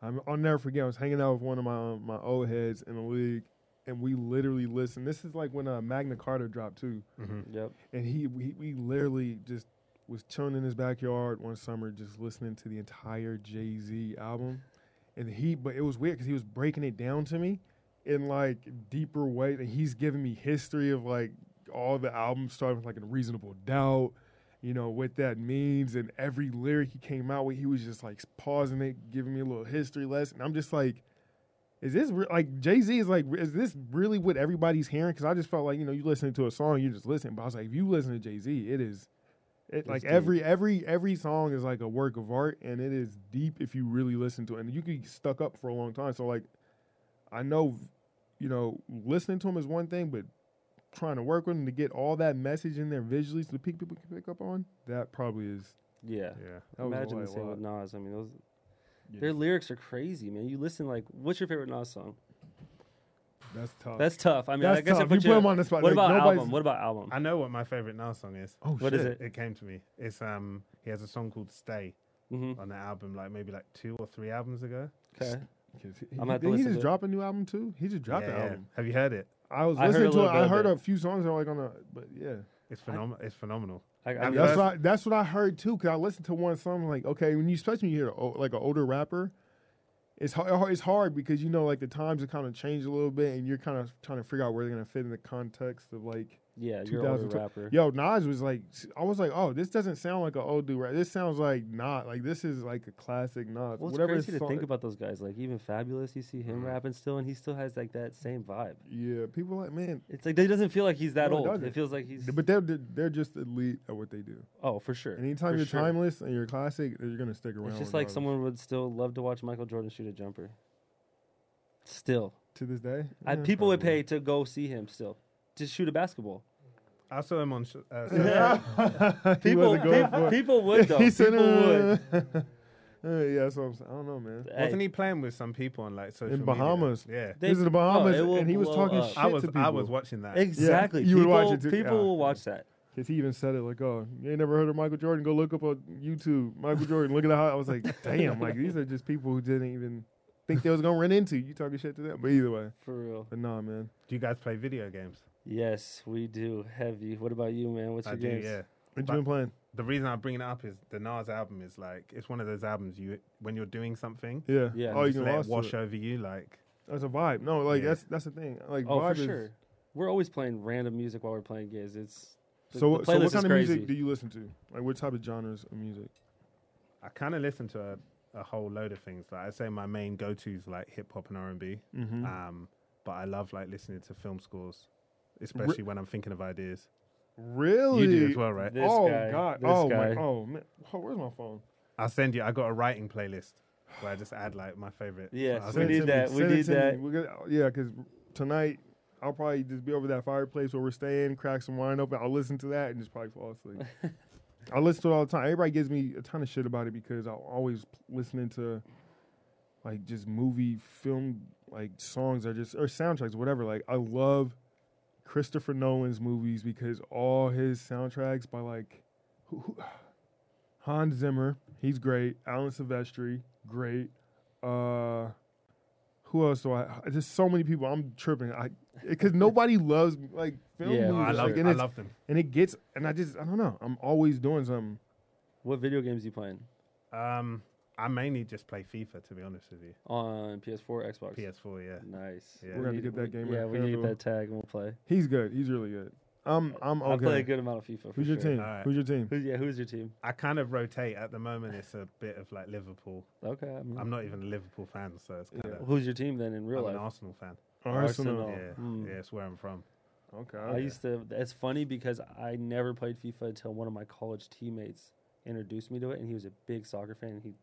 Speaker 3: I'm, I'll never forget. I was hanging out with one of my um, my old heads in the league, and we literally listened. This is like when uh, Magna Carta dropped too,
Speaker 2: Yep.
Speaker 3: and he we, we literally just was chilling in his backyard one summer, just listening to the entire Jay Z album, and he. But it was weird because he was breaking it down to me in like deeper way, and he's giving me history of like all the albums starting with like a reasonable doubt. You know what that means, and every lyric he came out with, he was just like pausing it, giving me a little history lesson. I'm just like, is this re- like Jay Z is like, is this really what everybody's hearing? Because I just felt like you know you listening to a song, you just listen. But I was like, if you listen to Jay Z, it is, it, like
Speaker 2: deep.
Speaker 3: every every every song is like a work of art, and it is deep if you really listen to it, and you can get stuck up for a long time. So like, I know, you know, listening to him is one thing, but trying to work with him to get all that message in there visually so the people can pick up on that probably is.
Speaker 2: Yeah.
Speaker 4: Yeah,
Speaker 3: That was
Speaker 2: Imagine
Speaker 3: a
Speaker 2: the
Speaker 3: lot.
Speaker 2: same with Nas. I mean, those
Speaker 3: Yeah.
Speaker 2: their lyrics are crazy, man. You listen like, what's your favorite Nas song?
Speaker 3: That's tough.
Speaker 2: That's tough. I mean, I
Speaker 3: That's
Speaker 2: guess I
Speaker 3: tough. You
Speaker 2: put
Speaker 3: put him on the spot. Like,
Speaker 2: What about
Speaker 3: nobody's-
Speaker 2: album? What about album?
Speaker 4: I know what my favorite Nas song is.
Speaker 3: oh
Speaker 2: what is
Speaker 3: shit.
Speaker 2: it?
Speaker 4: It came to me. It's um he has a song called Stay
Speaker 2: Mm-hmm.
Speaker 4: on the album, like maybe like two or three albums ago.
Speaker 2: Okay.
Speaker 3: 'Cause He,
Speaker 2: gonna have to
Speaker 3: did he
Speaker 2: listen
Speaker 3: just
Speaker 2: to it.
Speaker 3: drop a new album too? He just dropped
Speaker 4: Yeah,
Speaker 3: the
Speaker 4: yeah.
Speaker 3: album.
Speaker 4: Have you heard it?
Speaker 3: I was
Speaker 2: I heard a
Speaker 3: listening to it.
Speaker 2: little bit
Speaker 3: I
Speaker 2: of
Speaker 3: heard
Speaker 2: it.
Speaker 3: a few songs. I'm like on a, but yeah,
Speaker 4: It's phenomenal. It's phenomenal.
Speaker 2: I, I
Speaker 4: And
Speaker 2: mean,
Speaker 3: that's
Speaker 4: first-
Speaker 3: what I, that's what I heard too. Cause I listened to one song. Like okay, when you especially when you hear a o- like an older rapper, it's hard. It's hard because you know like the times have kind of changed a little bit, and you're kind of trying to figure out where they're gonna fit in the context of like
Speaker 2: Yeah, you're an older
Speaker 3: 2012.
Speaker 2: rapper.
Speaker 3: Yo, Nas was like, s- I was like, oh, this doesn't sound like an old dude. Right? This sounds like not like this is like a classic Nas.
Speaker 2: Well, it's
Speaker 3: Whatever
Speaker 2: crazy to
Speaker 3: song-
Speaker 2: think about those guys. Like even Fabulous, you see him
Speaker 4: Mhm.
Speaker 2: rapping still, and he still has like that same vibe.
Speaker 3: Yeah, people like man,
Speaker 2: It's like it doesn't feel like he's that
Speaker 3: No, it
Speaker 2: old. It,
Speaker 3: doesn't.
Speaker 2: feels like he's
Speaker 3: but they're they're they're just elite at what they do.
Speaker 2: oh for sure.
Speaker 3: Anytime
Speaker 2: for
Speaker 3: you're
Speaker 2: sure.
Speaker 3: timeless and you're a classic, you're gonna stick around.
Speaker 2: It's just like
Speaker 3: regardless.
Speaker 2: someone would still love to watch Michael Jordan shoot a jumper. Still,
Speaker 3: to this day.
Speaker 2: I,
Speaker 3: Yeah.
Speaker 2: people would
Speaker 4: probably.
Speaker 2: pay to go see him still to shoot a basketball.
Speaker 4: I saw him on. Sh- uh,
Speaker 3: He
Speaker 2: People,
Speaker 3: wasn't going
Speaker 2: pe-
Speaker 3: for it.
Speaker 2: people would though.
Speaker 3: He said,
Speaker 2: people would.
Speaker 3: uh, uh, yeah, that's what I'm saying. I don't know, man.
Speaker 2: Hey,
Speaker 4: wasn't he playing with some people on like social media?
Speaker 3: Bahamas.
Speaker 4: Yeah,
Speaker 2: They-
Speaker 3: This is the
Speaker 2: bro,
Speaker 3: Bahamas,
Speaker 2: it will
Speaker 3: and he was
Speaker 2: blow
Speaker 3: talking
Speaker 2: up.
Speaker 3: shit
Speaker 4: I was
Speaker 3: to people.
Speaker 4: I was watching that.
Speaker 2: Exactly.
Speaker 3: you would
Speaker 2: people
Speaker 3: watch it too.
Speaker 2: people
Speaker 3: Yeah.
Speaker 2: will watch that.
Speaker 3: Cause he even said it like, "Oh, you ain't never heard of Michael Jordan? Go look up on YouTube. Michael Jordan. Look at how I was like, damn, like these are just people who didn't even think they was gonna run into you talking shit to them. But either way,
Speaker 2: For real.
Speaker 3: but nah, man.
Speaker 4: Do you guys play video games?
Speaker 2: Yes, we do. Heavy. What about you, man? What's
Speaker 4: I
Speaker 2: your
Speaker 4: do.
Speaker 2: games?
Speaker 4: Yeah.
Speaker 3: What
Speaker 4: But-
Speaker 3: you been playing?
Speaker 4: The reason I'm bringing it up is the Nas album is like it's one of those albums you when you're doing something.
Speaker 3: Yeah,
Speaker 2: Yeah.
Speaker 3: Oh, you
Speaker 4: just
Speaker 3: can
Speaker 4: let
Speaker 3: lost
Speaker 4: it wash over you like
Speaker 3: That's a vibe. No, like
Speaker 4: Yeah.
Speaker 3: that's that's the thing. Like
Speaker 2: Oh,
Speaker 3: vibe
Speaker 2: for
Speaker 3: is-
Speaker 2: sure. We're always playing random music while we're playing games. It's the-
Speaker 3: So,
Speaker 2: the
Speaker 3: so
Speaker 2: playlist
Speaker 3: what
Speaker 2: is
Speaker 3: kind of
Speaker 2: crazy.
Speaker 3: music do you listen to? Like what type of genres of music?
Speaker 4: I kind of listen to a, a whole load of things. Like I say, my main go tos like hip hop and R and B.
Speaker 3: Mm-hmm.
Speaker 4: Um, but I love like listening to film scores, especially when I'm thinking of ideas.
Speaker 3: really?
Speaker 4: You do as well, right?
Speaker 2: This
Speaker 3: oh
Speaker 2: guy,
Speaker 3: God!
Speaker 2: this
Speaker 3: oh
Speaker 2: guy.
Speaker 3: my! Oh man! Oh, where's my phone?
Speaker 4: I'll send you. I got a writing playlist where I just add like my favorite.
Speaker 2: Yes,
Speaker 4: I'll
Speaker 2: we
Speaker 4: send
Speaker 2: need
Speaker 3: to
Speaker 4: it to you.
Speaker 2: that.
Speaker 3: me.
Speaker 2: we
Speaker 3: Send it
Speaker 2: need
Speaker 3: to me.
Speaker 2: that.
Speaker 3: We're gonna, yeah, because tonight I'll probably just be over that fireplace where we're staying, crack some wine open. I'll listen to that and just probably fall asleep. I listen to it all the time. Everybody gives me a ton of shit about it because I'm always p- listening to like just movie, film, like songs or just or soundtracks, whatever. Like I love Christopher Nolan's movies because all his soundtracks by like who, who, Hans Zimmer, he's great. Alan Silvestri, great. Uh, who else do I? There's so many people. I'm tripping. I because nobody loves like film
Speaker 2: Yeah,
Speaker 3: movies.
Speaker 4: Oh, I
Speaker 2: Sure.
Speaker 4: love.
Speaker 3: like, and
Speaker 4: I
Speaker 3: it's-
Speaker 4: love them.
Speaker 3: and it gets and I just I don't know. I'm always doing something.
Speaker 2: What video games you playing
Speaker 4: Um, I mainly just play FIFA to be honest with you.
Speaker 2: on PS4, Xbox?
Speaker 4: PS4, yeah.
Speaker 2: Nice.
Speaker 4: Yeah. We're
Speaker 2: We
Speaker 3: gonna
Speaker 2: need-
Speaker 3: get that game
Speaker 2: Yeah,
Speaker 3: in
Speaker 2: we need to get
Speaker 3: parallel.
Speaker 2: that tag and we'll play.
Speaker 3: He's good. He's really good. I'm I'm okay.
Speaker 2: I play a good amount of FIFA. For
Speaker 3: Who's your
Speaker 2: sure.
Speaker 3: team?
Speaker 4: Alright.
Speaker 3: Who's your team?
Speaker 2: Who, yeah, who's your team?
Speaker 4: I kind of rotate at the moment. It's a bit of like Liverpool.
Speaker 2: Okay. I mean,
Speaker 4: I'm not even a Liverpool fan, so it's kind of.
Speaker 2: who's your team then in real
Speaker 4: I'm an
Speaker 2: life?
Speaker 4: Arsenal fan.
Speaker 2: Arsenal.
Speaker 3: Arsenal.
Speaker 2: Oh,
Speaker 4: Yeah,
Speaker 2: hmm.
Speaker 4: yeah, it's where I'm from.
Speaker 3: Okay.
Speaker 2: I
Speaker 3: okay.
Speaker 2: used to. It's funny because I never played FIFA until one of my college teammates introduced me to it, and he was a big soccer fan. And he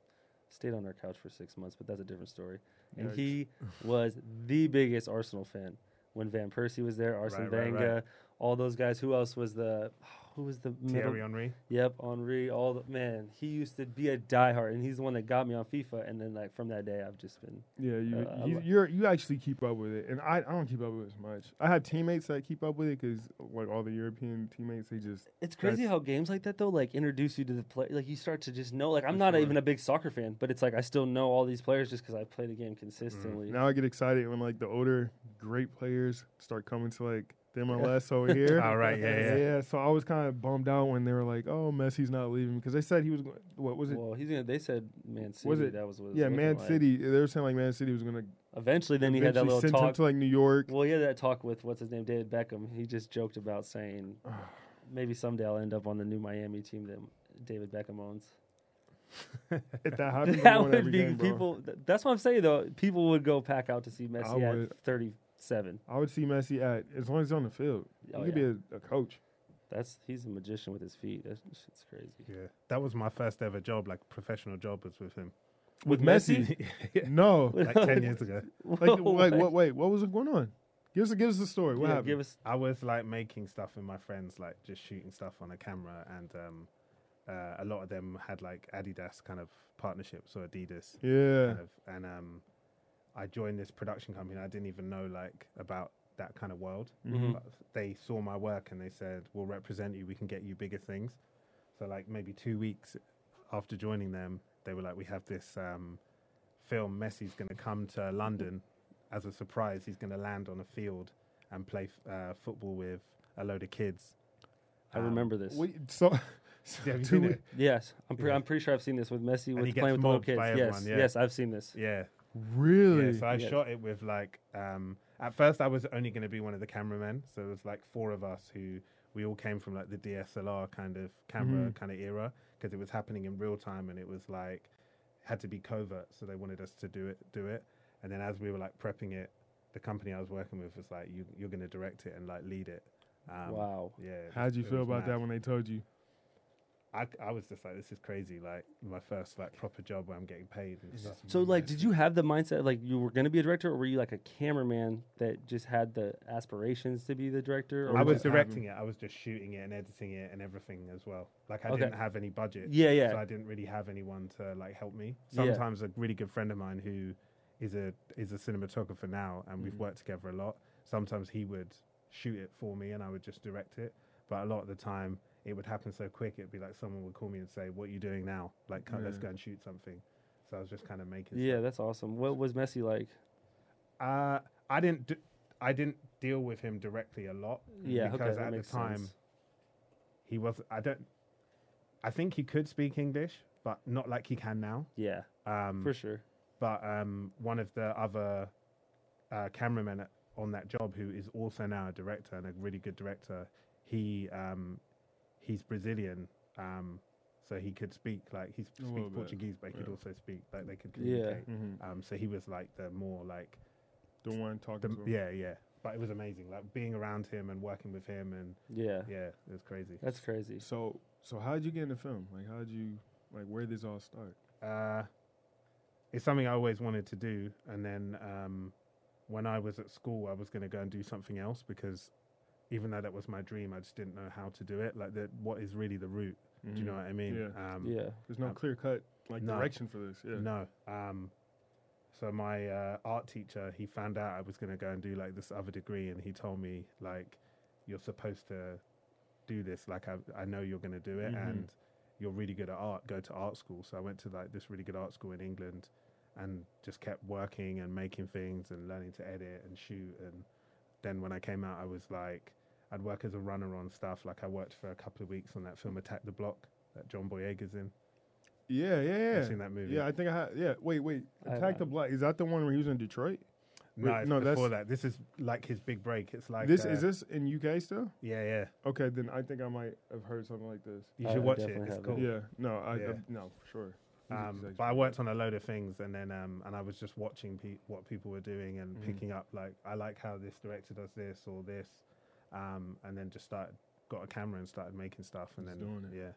Speaker 2: stayed on our couch for six months, but that's a different story. And
Speaker 3: Yikes.
Speaker 2: he was the biggest Arsenal fan when Van Persie was there, Arsene
Speaker 4: Right, right,
Speaker 2: Wenger,
Speaker 4: right.
Speaker 2: all those guys. Who else was the? Who was the? Middle,
Speaker 4: Thierry Henry.
Speaker 2: Yep, Henri. All the man. He used to be a diehard, and he's the one that got me on FIFA. And then like from that day, I've just been.
Speaker 3: Yeah, you,
Speaker 2: Uh, I
Speaker 3: you
Speaker 2: li-
Speaker 3: you're, you actually keep up with it, and I, I don't keep up with it as much. I have teammates that keep up with it because like all the European teammates, they just
Speaker 2: It's crazy
Speaker 3: That's-
Speaker 2: how games like that though, like introduce you to the play. Like you start to just know. Like I'm not even a big soccer fan, but it's like I still know all these players just because I play the game consistently.
Speaker 3: Mm, now I get excited when like the older great players start coming to like the MLS over here.
Speaker 4: All right, yeah, yeah.
Speaker 3: So I was kind of bummed out when they were like, "Oh, Messi's not leaving," because they said he was. go- What was it?
Speaker 2: Well, he's gonna. They said Man City.
Speaker 3: Was it-
Speaker 2: That was what it was
Speaker 3: yeah,
Speaker 2: looking
Speaker 3: Man
Speaker 2: like.
Speaker 3: City. They were saying like Man City was gonna
Speaker 2: Eventually, then he had that
Speaker 3: eventually
Speaker 2: little
Speaker 3: sent him
Speaker 2: talk.
Speaker 3: to like New York.
Speaker 2: well, he had that talk with what's his name, David Beckham. He just joked about saying maybe someday I'll end up on the new Miami team that David Beckham owns.
Speaker 3: If that happens,
Speaker 2: that
Speaker 3: I'm going
Speaker 2: would
Speaker 3: every
Speaker 2: be
Speaker 3: game, bro.
Speaker 2: people. th- That's what I'm saying though. People would go pack out to see
Speaker 3: I
Speaker 2: Messi at
Speaker 3: would.
Speaker 2: 37.
Speaker 3: I would see Messi at as long as he's on the field.
Speaker 2: Oh,
Speaker 3: he could
Speaker 2: yeah.
Speaker 3: be a, a coach.
Speaker 2: That's he's a magician with his feet. That's shit's crazy.
Speaker 4: Yeah, that was my first ever job, like professional job, was with him.
Speaker 3: With,
Speaker 2: Messi?
Speaker 3: no.
Speaker 4: Like ten years ago,
Speaker 3: Like,
Speaker 2: Whoa,
Speaker 3: like
Speaker 2: what?
Speaker 3: what? Wait, what was going on? Give us, give us the story. What
Speaker 2: Yeah,
Speaker 3: happened?
Speaker 2: give us
Speaker 4: I was like making stuff with my friends, like just shooting stuff on a camera, and um, uh, a lot of them had like Adidas kind of partnerships or Adidas.
Speaker 3: yeah,
Speaker 4: kind of, and um, I joined this production company. and I didn't even know like about that kind of world.
Speaker 2: Mhm.
Speaker 4: But they saw my work and they said, "We'll represent you. We can get you bigger things." So like maybe two weeks after joining them, they were like, "We have this um, film. Messi's going to come to London as a surprise. He's going to land on a field and play f- uh, football with a load of kids."
Speaker 2: I
Speaker 4: Um,
Speaker 2: remember this.
Speaker 3: Wait, so
Speaker 4: Have you
Speaker 3: two
Speaker 4: seen
Speaker 3: we-
Speaker 4: it?
Speaker 2: yes, I'm, pre-
Speaker 4: Yeah.
Speaker 2: I'm pretty sure I've seen this with Messi
Speaker 4: he
Speaker 2: with
Speaker 4: gets
Speaker 2: playing with little
Speaker 4: mobbed
Speaker 2: kids.
Speaker 4: by
Speaker 2: Yes,
Speaker 4: everyone, Um, yeah.
Speaker 2: yes, I've seen this.
Speaker 4: Yeah.
Speaker 3: really
Speaker 4: Yeah, so I
Speaker 2: Yes.
Speaker 4: shot it with like um, At first, I was only going to be one of the cameramen, so it was like four of us who we all came from like the DSLR kind of camera
Speaker 3: Mm-hmm.
Speaker 4: kind of era because it was happening in real time and it was like had to be covert, so they wanted us to do it, do it. And then as we were like prepping it, the company I was working with was like, you, "You're going to direct it and like lead it." Um,
Speaker 2: wow.
Speaker 4: Yeah. it was-
Speaker 3: How'd you
Speaker 4: it
Speaker 3: feel
Speaker 4: was
Speaker 3: about
Speaker 4: mad.
Speaker 3: that when they told you?
Speaker 4: I, I was just like, this is crazy. Like my first like proper job where I'm getting paid and stuff.
Speaker 2: So like, did you have the mindset like you were gonna be a director, or were you like a cameraman that just had the aspirations to be the director? Or
Speaker 4: I
Speaker 2: was
Speaker 4: was
Speaker 3: just have
Speaker 4: directing it. I was just shooting it and editing it and everything as well. Like I
Speaker 2: Okay.
Speaker 4: didn't have any budget.
Speaker 2: Yeah, yeah.
Speaker 4: So I didn't really have anyone to like help me.
Speaker 2: Yeah.
Speaker 4: Sometimes a really good friend of mine who is a is a cinematographer now, and
Speaker 2: Mm-hmm.
Speaker 4: we've worked together a lot. Sometimes he would shoot it for me, and I would just direct it. But a lot of the time, it would happen so quick. It'd be like someone would call me and say, "What are you doing now? Like, come, let's
Speaker 3: Yeah.
Speaker 4: go and shoot something." So I was just kind of making. stuff.
Speaker 2: yeah, that's awesome. What was Messi like?
Speaker 4: Uh, I didn't. D- I didn't deal with him directly a lot.
Speaker 2: Yeah, okay,
Speaker 4: because
Speaker 2: that
Speaker 4: at the
Speaker 2: makes
Speaker 4: time
Speaker 2: sense.
Speaker 4: he was. I don't. I think he could speak English, but not like he can now.
Speaker 2: Yeah,
Speaker 4: Um,
Speaker 3: Mm.
Speaker 2: for sure.
Speaker 4: But um, one of the other uh, cameramen at- on that job, who is also now a director and a really good director, he um, he's Brazilian. Um, so he could speak like he
Speaker 3: A little
Speaker 4: speaks
Speaker 3: bit,
Speaker 4: Portuguese, but he could
Speaker 3: yeah.
Speaker 4: also speak like they could
Speaker 2: Yeah.
Speaker 4: communicate.
Speaker 3: Mm-hmm.
Speaker 4: Um, so he was like the more like
Speaker 3: The one talking
Speaker 4: the,
Speaker 3: to him.
Speaker 4: yeah, yeah. But it was amazing, like being around him and working with him, and
Speaker 2: Yeah,
Speaker 4: yeah, it was crazy.
Speaker 2: that's crazy.
Speaker 3: So, so how'd you get into film? Like, how'd you, like, where did this all start?
Speaker 4: Uh, it's something I always wanted to do, and then um, when I was at school, I was going to go and do something else because even though that was my dream, I just didn't know how to do it. Like, the, what is really the route? Do you know what I mean?
Speaker 3: Mm. Yeah.
Speaker 4: Um,
Speaker 2: Yeah,
Speaker 3: There's no
Speaker 4: Um,
Speaker 3: clear cut like
Speaker 4: Mm-hmm. no.
Speaker 3: direction for this. Yeah.
Speaker 4: No. Um, so my uh, art teacher, he found out I was going to go and do like this other degree, and he told me like, you're supposed to do this. Like I, I know you're going to do it,
Speaker 3: Mhm.
Speaker 4: and you're really good at art. Go to art school. So I went to like this really good art school in England, and just kept working and making things and learning to edit and shoot. And then when I came out, I was like, I'd work as a runner on stuff. Like I worked for a couple of weeks on that film Attack the Block that John Boyega's in.
Speaker 3: Yeah, yeah, yeah.
Speaker 4: I've seen that movie.
Speaker 3: Yeah, I think I had. Yeah, wait, wait.
Speaker 2: I
Speaker 3: Attack the
Speaker 2: haven't.
Speaker 3: Block. Is that the one where he was in Detroit?
Speaker 4: No,
Speaker 3: Wait,
Speaker 4: it's
Speaker 3: no,
Speaker 4: before that. This is like his big break. It's like
Speaker 3: this
Speaker 4: uh,
Speaker 3: is this in UK still?
Speaker 4: Yeah, yeah.
Speaker 3: Okay, then I think I might have heard something like this.
Speaker 4: You
Speaker 2: I-
Speaker 4: should
Speaker 2: I
Speaker 4: watch it.
Speaker 2: definitely
Speaker 4: It's
Speaker 2: have Oh, it.
Speaker 4: cool.
Speaker 3: Yeah. No, I,
Speaker 4: Yeah.
Speaker 3: I no for sure. He's a
Speaker 4: Um,
Speaker 3: disaster.
Speaker 4: but I worked on a load of things, and then um, and I was just watching pe- what people were doing and
Speaker 3: Mhm.
Speaker 4: picking up. Like I like how this director does this or this, um, and then just started got a camera and started making stuff, and
Speaker 3: Just
Speaker 4: then
Speaker 3: doing it.
Speaker 4: yeah,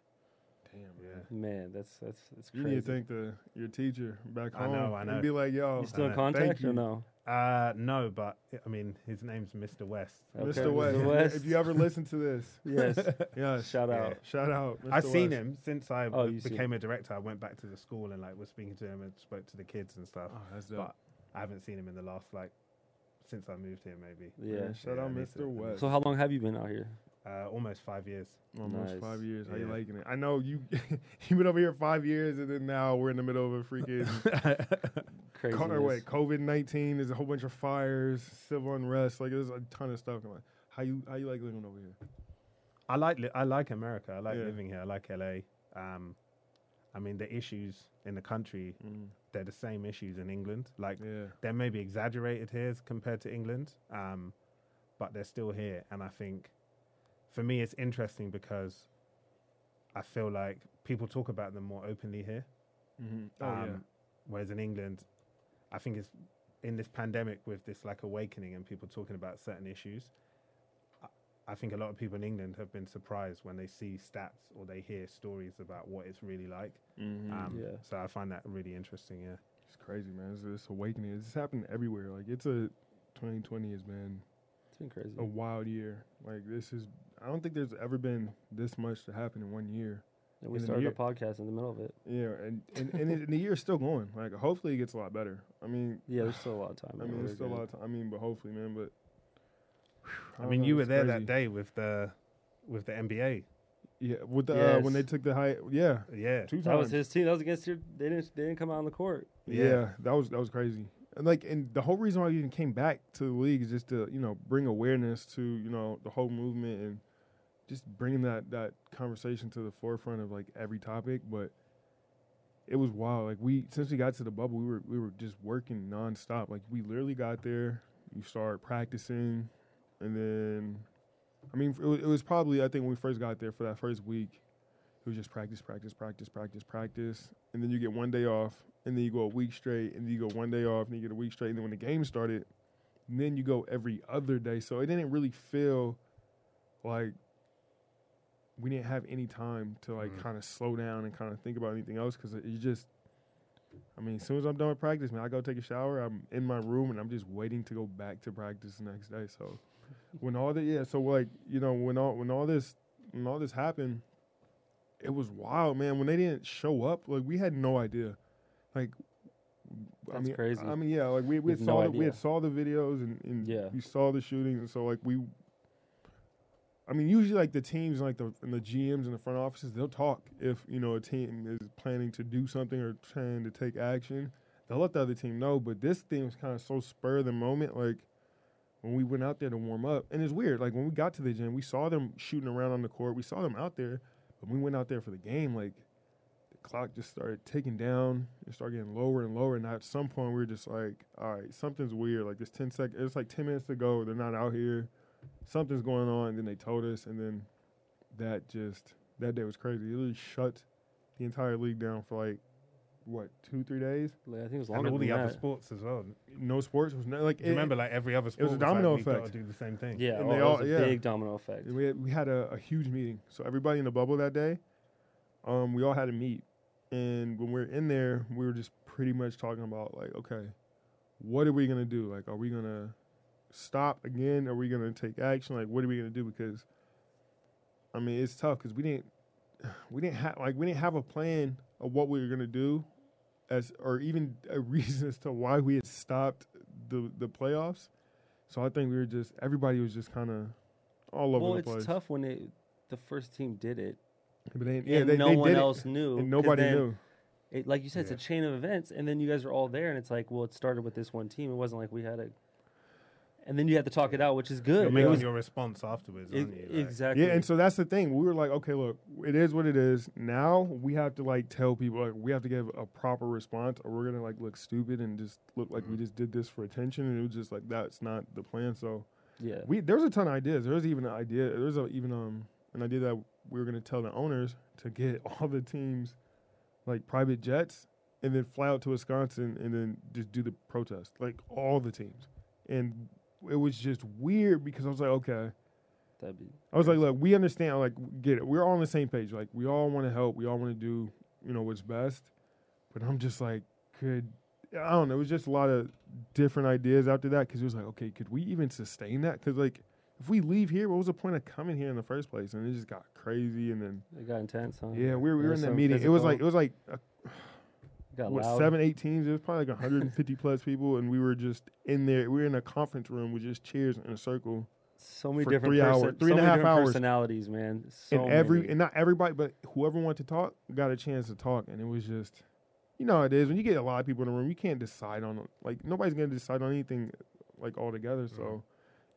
Speaker 3: Damn.
Speaker 4: yeah.
Speaker 3: Man.
Speaker 2: Man, that's that's that's
Speaker 3: You
Speaker 2: crazy.
Speaker 3: need to thank the your teacher back
Speaker 4: I
Speaker 3: home.
Speaker 4: know, I know. Uh,
Speaker 3: And be like, yo,
Speaker 2: you still in
Speaker 4: I know.
Speaker 3: Thank
Speaker 2: contact
Speaker 3: you.
Speaker 2: or no?
Speaker 4: Uh, no, but I mean his name's Mr. West.
Speaker 2: Okay,
Speaker 3: Mr. West,
Speaker 2: Mr. West.
Speaker 3: If you ever listen to this,
Speaker 2: Yes.
Speaker 3: yeah,
Speaker 2: Shout
Speaker 4: Yeah.
Speaker 2: out.
Speaker 3: shout out.
Speaker 4: I've
Speaker 3: Mr.
Speaker 4: seen
Speaker 3: West.
Speaker 4: him since I
Speaker 2: Oh,
Speaker 4: be-
Speaker 2: you've seen
Speaker 4: became a director. I went back to the school and like was speaking to him and spoke to the kids and stuff.
Speaker 3: Oh, that's dope.
Speaker 4: but I haven't seen him in the last like since I moved here maybe.
Speaker 2: Yeah.
Speaker 3: Man, shout
Speaker 4: Yeah,
Speaker 3: out
Speaker 4: I need to-
Speaker 3: Mr. West.
Speaker 2: So how long have you been out here?
Speaker 4: Uh, almost five years.
Speaker 3: Almost
Speaker 2: Nice.
Speaker 3: five years. How you
Speaker 4: Yeah.
Speaker 3: liking it? I know you. you been over here five years, and then now we're in the middle of a freaking.
Speaker 2: Crazy.
Speaker 3: co- or uh, wait, COVID nineteen. There's a whole bunch of fires, civil unrest. Like there's a ton of stuff going. on. How you how you like living over here?
Speaker 4: I like li- I like America. I like
Speaker 3: Yeah.
Speaker 4: living here. I like LA. Um, I mean the issues in the country they're the same issues in England. Like
Speaker 3: Yeah,
Speaker 4: they're maybe exaggerated here as compared to England, um, but they're still here. And I think for me it's interesting because I feel like people talk about them more openly here.
Speaker 3: mm-hmm.
Speaker 4: Um, Whereas in England, I think it's in this pandemic with this like awakening and people talking about certain issues. I- I think a lot of people in England have been surprised when they see stats or they hear stories about what it's really like. Um,
Speaker 2: Mm, Yeah.
Speaker 4: So I find that really interesting. Yeah.
Speaker 3: it's crazy, man. It's this awakening. It's happening everywhere. Like it's a 2020 has been
Speaker 2: It's been crazy.
Speaker 3: a wild year. Like this is. I don't think there's ever been this much to happen in one year.
Speaker 2: and we
Speaker 3: in the
Speaker 2: started
Speaker 3: year-
Speaker 2: a podcast in the middle of it.
Speaker 3: Yeah, and and, and, it, and the year's still going. Like hopefully it gets a lot better. I mean,
Speaker 2: Yeah, there's still a lot of time.
Speaker 3: I
Speaker 2: man.
Speaker 3: mean,
Speaker 2: We're
Speaker 3: there's still a
Speaker 2: good.
Speaker 3: lot of time. I mean, but hopefully, man. But
Speaker 2: Oh,
Speaker 4: I mean,
Speaker 3: don't
Speaker 4: you
Speaker 3: know,
Speaker 4: were
Speaker 3: it's
Speaker 4: there
Speaker 3: crazy.
Speaker 4: that day with the with the NBA.
Speaker 3: Yeah, with the uh, when they
Speaker 2: Yes.
Speaker 3: took the high. Yeah,
Speaker 4: Yeah.
Speaker 3: two times.
Speaker 2: That was his team. That was against your. They didn't. They didn't come out on the court.
Speaker 3: Yeah.
Speaker 4: Yeah.
Speaker 3: that was that was crazy. And like, and the whole reason why we even came back to the league is just to you know bring awareness to you know the whole movement and just bringing that that conversation to the forefront of like every topic. But it was wild. Like we since we got to the bubble, we were we were just working nonstop. Like we literally got there. you start practicing, and then, I mean, it was, it was probably I think when we first got there for that first week, it was just practice, practice, practice, practice, practice, and then you get one day off, and then you go a week straight, and then you go one day off, and you get a week straight, and then when the game started, and then you go every other day, so it didn't really feel like we didn't have any time to like
Speaker 4: Mm.
Speaker 3: kind of slow down and kind of think about anything else because it's just I mean, as soon as I'm done with practice, man, I go take a shower. I'm in my room and I'm just waiting to go back to practice the next day. So when all the yeah, so like you know when all when all this when all this happened, it was wild, man. When they didn't show up, like we had no idea. Like I
Speaker 2: That's
Speaker 3: mean,
Speaker 2: crazy.
Speaker 3: I mean, yeah, like we we
Speaker 2: You
Speaker 3: had
Speaker 2: have
Speaker 3: saw
Speaker 2: no
Speaker 3: the, we had
Speaker 2: idea.
Speaker 3: saw the videos and, and
Speaker 2: Yeah.
Speaker 3: we saw the shootings, and so like we. I mean, usually like the teams and like the and the GMs and the front offices, they'll talk if you know a team is planning to do something or trying to take action. They'll let the other team know. But this thing was kind of so spur of the moment, like when we went out there to warm up. And it's weird, like when we got to the gym, we saw them shooting around on the court, we saw them out there, but when we went out there for the game, like the clock just started ticking down and started getting lower and lower. And at some point, we were just like, all right, something's weird. Like, it's 10 seconds, it's like 10 minutes to go. They're not out here. Something's going on. And then they told us. And then that just, that day was crazy. It really shut the entire league down for like, what, two, three days?
Speaker 2: Like, I think it was
Speaker 4: and
Speaker 2: longer
Speaker 4: all
Speaker 2: than
Speaker 4: the other
Speaker 2: that.
Speaker 4: sports as well. Do
Speaker 3: No sports was not like,
Speaker 4: you remember, like every other
Speaker 3: a
Speaker 4: sport, was like,
Speaker 3: domino
Speaker 4: we gotta
Speaker 3: effect.
Speaker 4: Do the same thing.
Speaker 2: Yeah,
Speaker 3: and
Speaker 2: oh,
Speaker 3: they
Speaker 2: that
Speaker 3: all-
Speaker 2: was a
Speaker 3: yeah.
Speaker 2: big domino effect.
Speaker 3: And we had, we had a, a huge meeting. So everybody in the bubble that day, um, we all had a meet. And when we were in there, we were just pretty much talking about like, okay, what are we gonna do? Like, are we gonna stop again? Are we gonna take action? Like, what are we gonna do? Because, I mean, it's tough because we didn't, we didn't have like we didn't have a plan of what we were gonna do, as or even a reason as to why we had stopped the the playoffs. So I think we were just everybody was just kind of all over
Speaker 2: well,
Speaker 3: the
Speaker 2: it's
Speaker 3: place.
Speaker 2: tough when it, the first team did it,
Speaker 3: But they, yeah,
Speaker 2: and
Speaker 3: they,
Speaker 2: no
Speaker 3: they
Speaker 2: one
Speaker 3: did it,
Speaker 2: else knew,
Speaker 3: and
Speaker 2: 'cause
Speaker 3: nobody
Speaker 2: then
Speaker 3: knew.
Speaker 2: It, like you said,
Speaker 4: Yeah.
Speaker 2: it's a chain of events, and then you guys are all there, and it's like, well, it started with this one team. It wasn't like we had a, and then you had to talk it out, which is
Speaker 4: You're
Speaker 2: good. It
Speaker 4: making
Speaker 2: was-
Speaker 4: your response afterwards,
Speaker 2: e-
Speaker 4: aren't you? Like,
Speaker 2: exactly.
Speaker 3: Yeah, and so that's the thing. We were like, okay, look, it is what it is. Now we have to like tell people, like, we have to give a proper response, or we're gonna like look stupid and just look like
Speaker 2: Mm-hmm.
Speaker 3: we just did this for attention. And it was just like that's not the plan. So
Speaker 2: yeah,
Speaker 3: we there's a ton of ideas. There's even an idea. There's a, even um an idea that we were gonna tell the owners to get all the teams like private jets and then fly out to Wisconsin and then just do the protest, like all the teams. And it was just weird because I was like, okay.
Speaker 2: that'd be
Speaker 3: I was like, look, we understand, like, we get it. We're all on the same page. Like, we all want to help. We all want to do, you know, what's best. But I'm just like, could I don't know. It was just a lot of different ideas after that because it was like, okay, could we even sustain that? Because like, if we leave here, what was the point of coming here in the first place? And it just got crazy. And then
Speaker 2: it got intense, huh?
Speaker 3: yeah, we were, we were
Speaker 2: There was
Speaker 3: in that
Speaker 2: some
Speaker 3: meeting. It was
Speaker 2: physical-
Speaker 3: like it was like uh,
Speaker 2: got
Speaker 3: what
Speaker 2: loud.
Speaker 3: seven, eight teams. It was probably like 150 plus people, and we were just in there. We were in a conference room with just chairs in a circle.
Speaker 2: so many
Speaker 3: for
Speaker 2: different
Speaker 3: three hour-
Speaker 2: person-
Speaker 3: three
Speaker 2: so
Speaker 3: and a
Speaker 2: many
Speaker 3: half
Speaker 2: different
Speaker 3: hours.
Speaker 2: personalities, man. So
Speaker 3: and every
Speaker 2: many.
Speaker 3: and not everybody, but whoever wanted to talk got a chance to talk, and it was just, you know, how it is when you get a lot of people in the room, you can't decide on like nobody's gonna decide on anything like all together. So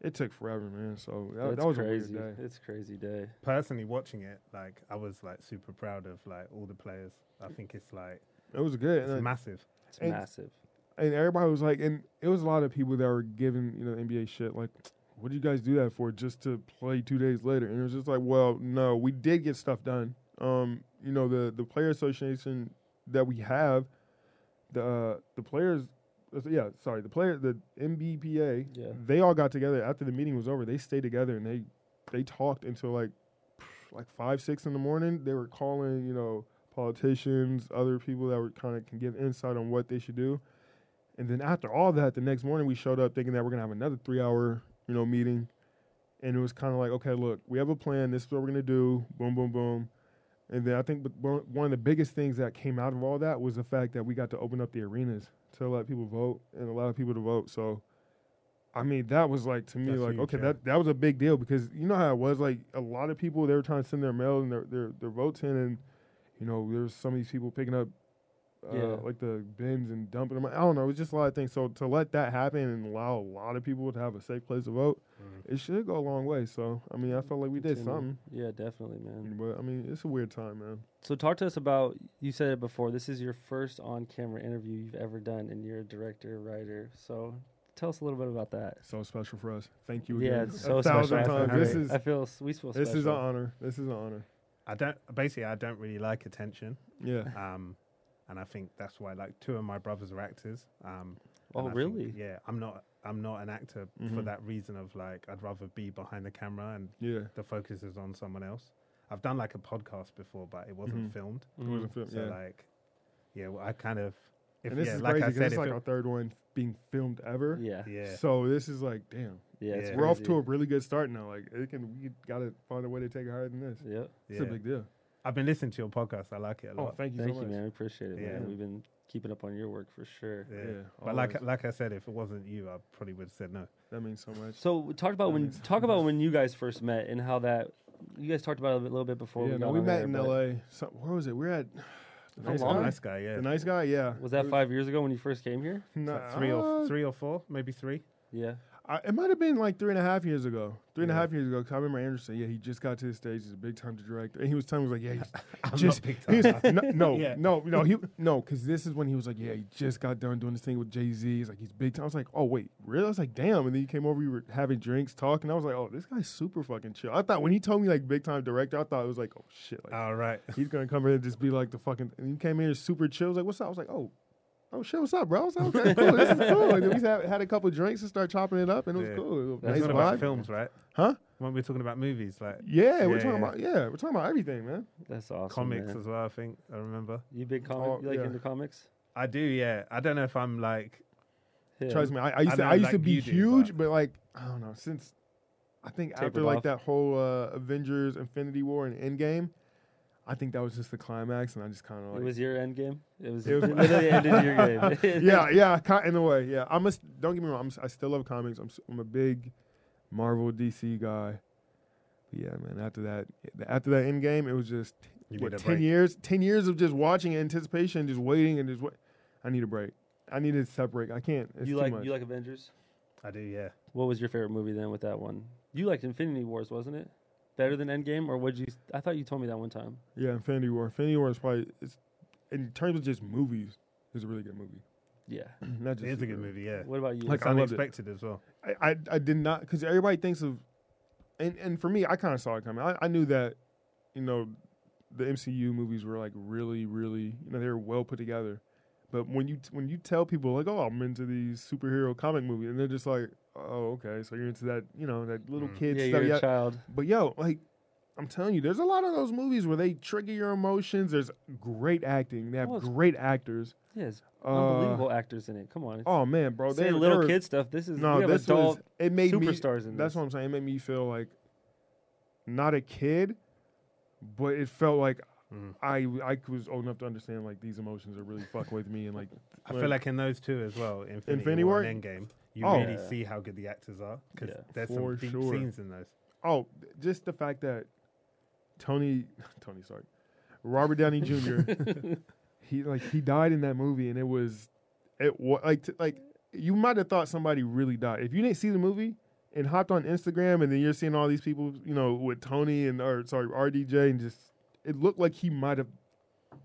Speaker 3: it took forever, man. So that,
Speaker 2: Mm-hmm. That's
Speaker 3: that was
Speaker 2: crazy.
Speaker 3: a weird day.
Speaker 2: It's crazy day.
Speaker 4: personally watching it, like I was like super proud of like all the players. I think it's like
Speaker 3: It was good,
Speaker 4: it's
Speaker 3: and, then-
Speaker 4: massive.
Speaker 2: It's
Speaker 3: And-
Speaker 2: massive.
Speaker 3: and everybody was like, and it was a lot of people that were giving you know NBA shit like. What do you guys do that for? Just to play two days later? And it was just like, well, no, we did get stuff done. Um, you know, the the player association that we have, the uh, the players, uh, yeah, sorry, the player, the MBPA,
Speaker 2: Yeah.
Speaker 3: they all got together after the meeting was over. They stayed together and they they talked until like like five six in the morning. They were calling, you know, politicians, other people that were kind of can give insight on what they should do. And then after all that, the next morning we showed up thinking that we're gonna have another three hour, you know, meeting. And it was kind of like, okay, look, we have a plan. This is what we're gonna do. Boom, boom, boom. And then I think but one one of the biggest things that came out of all that was the fact that we got to open up the arenas to let people vote and allow people to vote. So, I mean, that was like to me,
Speaker 4: That's
Speaker 3: like,
Speaker 4: huge,
Speaker 3: okay,
Speaker 4: yeah.
Speaker 3: that that was a big deal because you know how it was. Like a lot of people, they were trying to send their mail and their their, their votes in, and you know, there's some of these people picking up uh,
Speaker 2: Yeah.
Speaker 3: like the bins and dumping them. I don't know. It's just a lot of things. So to let that happen and allow a lot of people to have a safe place to vote, it should go a long way. So I mean, I felt like we did
Speaker 2: Continue.
Speaker 3: something.
Speaker 2: Yeah, definitely, man.
Speaker 3: But I mean, it's a weird time, man.
Speaker 2: So talk to us about you said it before. This is your first on-camera interview you've ever done, and you're a director, writer. So Tell us a little bit about that.
Speaker 3: So special for us. Thank you.
Speaker 2: Yeah,
Speaker 3: Again.
Speaker 2: it's
Speaker 3: a
Speaker 2: so
Speaker 3: thousand
Speaker 2: special. I feel
Speaker 3: Times. This
Speaker 2: great.
Speaker 3: is
Speaker 2: I feel s- we feel
Speaker 3: this is an
Speaker 2: special.
Speaker 3: honor. This is an honor.
Speaker 4: I don't basically I don't really like attention.
Speaker 3: Yeah.
Speaker 4: Um, and I think that's why like two of my brothers are actors. Um,
Speaker 2: Oh,
Speaker 4: and I think,
Speaker 2: really?
Speaker 4: yeah, I'm not I'm not an actor for
Speaker 3: Mhm.
Speaker 4: that reason of like I'd rather be behind the camera and
Speaker 3: Yeah. It
Speaker 4: the focus is on someone else. I've done like a podcast before, but it wasn't
Speaker 3: Mhm.
Speaker 4: filmed.
Speaker 2: Mm.
Speaker 3: was a film.
Speaker 4: Mm-hmm. So
Speaker 3: Yeah.
Speaker 4: like, yeah, well, I kind of if
Speaker 3: and this
Speaker 4: yeah,
Speaker 3: is
Speaker 4: like
Speaker 3: crazy
Speaker 4: I
Speaker 3: 'cause
Speaker 4: said,
Speaker 3: it's
Speaker 4: if
Speaker 3: like
Speaker 4: it-
Speaker 3: our third one being filmed ever.
Speaker 2: Yeah.
Speaker 4: yeah,
Speaker 3: So this is like, damn,
Speaker 2: Yeah.
Speaker 4: Yeah.
Speaker 3: we're off to a really good start now. Like, it can we gotta find a way to take it higher than this.
Speaker 2: Yeah.
Speaker 3: It's a
Speaker 4: yeah.
Speaker 3: big deal.
Speaker 4: I've been listening to your podcast. I like it a
Speaker 3: Oh,
Speaker 4: lot.
Speaker 3: thank you
Speaker 2: Thank
Speaker 3: so
Speaker 2: you,
Speaker 3: much.
Speaker 2: man. We appreciate it, man.
Speaker 4: Yeah.
Speaker 2: We've been keeping up on your work for sure.
Speaker 4: yeah.
Speaker 3: Yeah,
Speaker 4: but like
Speaker 3: always.
Speaker 4: like I said, if it wasn't you, I probably would have said no.
Speaker 3: That means so much.
Speaker 2: So talk about
Speaker 3: That
Speaker 2: when
Speaker 3: makes
Speaker 2: talk about when you guys first met and how that you guys talked about it a little bit before.
Speaker 3: yeah,
Speaker 2: we,
Speaker 3: no,
Speaker 2: got
Speaker 3: we
Speaker 2: on
Speaker 3: met
Speaker 2: air,
Speaker 3: in
Speaker 2: but
Speaker 3: L.A. So, where was it? We're at the
Speaker 2: How
Speaker 3: nice
Speaker 2: long?
Speaker 3: guy.
Speaker 4: Nice guy, yeah.
Speaker 3: The nice guy. Yeah.
Speaker 2: Was that
Speaker 3: It
Speaker 2: five years ago when you first came here?
Speaker 4: It's
Speaker 3: Nah,
Speaker 4: like three oh or
Speaker 3: uh,
Speaker 4: three or four, maybe three.
Speaker 2: Yeah.
Speaker 3: I, it might have been like three and a half years ago. Three and a
Speaker 4: Yeah.
Speaker 3: half years ago, because I remember Andrew saying, "Yeah, he just got to the stage. He's a big time director." And he was telling me, "He was like, yeah,
Speaker 4: I'm
Speaker 3: he's just
Speaker 4: not big
Speaker 3: he's,
Speaker 4: time.
Speaker 3: no, no,
Speaker 4: Yeah.
Speaker 3: no, no, he no, because this is when he was like, yeah, he just got done doing this thing with Jay Z. He's like, he's big time." I was like, "Oh wait, really?" I was like, "Damn!" And then you came over, you were having drinks, talking. I was like, "Oh, this guy's super fucking chill." I thought when he told me like big time director, I thought it was like, "Oh shit, like,
Speaker 4: All right.
Speaker 3: he's gonna come here and just be like the fucking." And he came here super chill. I was like, "What's up?" I was like, "Oh." Oh shit! What's up, bro? I was like, okay, cool. This is cool. Like, we had, had a couple drinks and started chopping it up, and it was
Speaker 4: Yeah.
Speaker 3: cool.
Speaker 4: We're
Speaker 2: That's
Speaker 3: nice
Speaker 4: talking
Speaker 3: vibe.
Speaker 4: about films, right?
Speaker 3: Huh?
Speaker 4: When we're talking about movies, like
Speaker 3: Yeah, we're
Speaker 4: Yeah,
Speaker 3: talking
Speaker 4: yeah.
Speaker 3: about yeah, we're talking about everything, man.
Speaker 2: That's awesome.
Speaker 4: comics
Speaker 2: man.
Speaker 4: as well. I think I remember.
Speaker 2: You big comic?
Speaker 3: Oh,
Speaker 2: you like
Speaker 3: yeah.
Speaker 2: into comics?
Speaker 4: I do, yeah. I don't know if I'm like
Speaker 2: Yeah.
Speaker 3: Trust me, I, I used
Speaker 4: I
Speaker 3: to
Speaker 4: know,
Speaker 3: I used
Speaker 4: like,
Speaker 3: to be
Speaker 4: you do,
Speaker 3: huge,
Speaker 4: but-
Speaker 3: but like I don't know since I think after
Speaker 2: Tapered
Speaker 3: like
Speaker 2: off.
Speaker 3: that whole uh, Avengers Infinity War and Endgame, I think that was just the climax, and I just kind of like
Speaker 2: It was your end game. It was
Speaker 3: It was-
Speaker 2: literally ended your game.
Speaker 3: yeah, yeah, ki- in a way, yeah. I must don't get me wrong, I'm, s- I still love comics. I'm s- I'm a big Marvel DC guy. But yeah, man. After that, after that Endgame, it was just
Speaker 4: You
Speaker 3: what,
Speaker 4: need a
Speaker 3: ten
Speaker 4: break.
Speaker 3: years, ten years of just watching anticipation, just waiting, and just wait. I need a break. I need to separate. I can't. It's
Speaker 2: you
Speaker 3: too
Speaker 2: like
Speaker 3: much.
Speaker 2: you like Avengers?
Speaker 4: I do, yeah.
Speaker 2: What was your favorite movie then with that one? You liked Infinity Wars, wasn't it? Better than Endgame, or would you? I thought you told me that one time.
Speaker 3: Yeah, Infinity War. Infinity War is probably it's in terms of just movies, it's a really good movie.
Speaker 2: Yeah.
Speaker 3: Not just
Speaker 4: It is a good
Speaker 3: superhero.
Speaker 4: movie, yeah.
Speaker 2: What about you?
Speaker 3: Like,
Speaker 4: it's
Speaker 3: I loved it.
Speaker 4: unexpected as well.
Speaker 3: I, I I did not because everybody thinks of, and and for me, I kind of saw it coming. I, I knew that, you know, the MCU movies were like really really you know they were well put together, but when you when you tell people like oh I'm into these superhero comic movies and they're just like oh okay so you're into that you know that little
Speaker 4: Mm.
Speaker 3: kid
Speaker 2: yeah,
Speaker 3: stuff
Speaker 2: you're
Speaker 3: yeah
Speaker 2: a child.
Speaker 3: But yo, like I'm telling you, there's a lot of those movies where they trigger your emotions. There's great acting. They have
Speaker 2: Oh, it's-
Speaker 3: great actors.
Speaker 2: Yes,
Speaker 3: Uh,
Speaker 2: unbelievable actors in it. Come on. It's,
Speaker 3: oh man, bro,
Speaker 2: say
Speaker 3: they
Speaker 2: little
Speaker 3: they were-
Speaker 2: kid stuff. This is
Speaker 3: No,
Speaker 2: we have
Speaker 3: this
Speaker 2: adult
Speaker 3: was it made
Speaker 2: superstars
Speaker 3: me.
Speaker 2: in
Speaker 3: That's
Speaker 2: this.
Speaker 3: what I'm saying. It made me feel like not a kid, but it felt like
Speaker 4: Mm.
Speaker 3: I I was old enough to understand like these emotions are really fucking with me and like
Speaker 4: I
Speaker 3: Like-
Speaker 4: feel like in those two as well, Infinity,
Speaker 3: Infinity
Speaker 4: War
Speaker 3: War?
Speaker 4: and Endgame, you
Speaker 3: Oh.
Speaker 4: really
Speaker 2: Yeah.
Speaker 4: see how good the actors are because
Speaker 2: Yeah.
Speaker 4: there's
Speaker 3: For
Speaker 4: some deep
Speaker 3: sure.
Speaker 4: scenes in those.
Speaker 3: oh just the fact that Tony Tony Stark Robert Downey Jr. he like he died in that movie and it was it was like t- like you might have thought somebody really died if you didn't see the movie and hopped on Instagram and then you're seeing all these people you know with Tony and or sorry RDJ and just it looked like he might have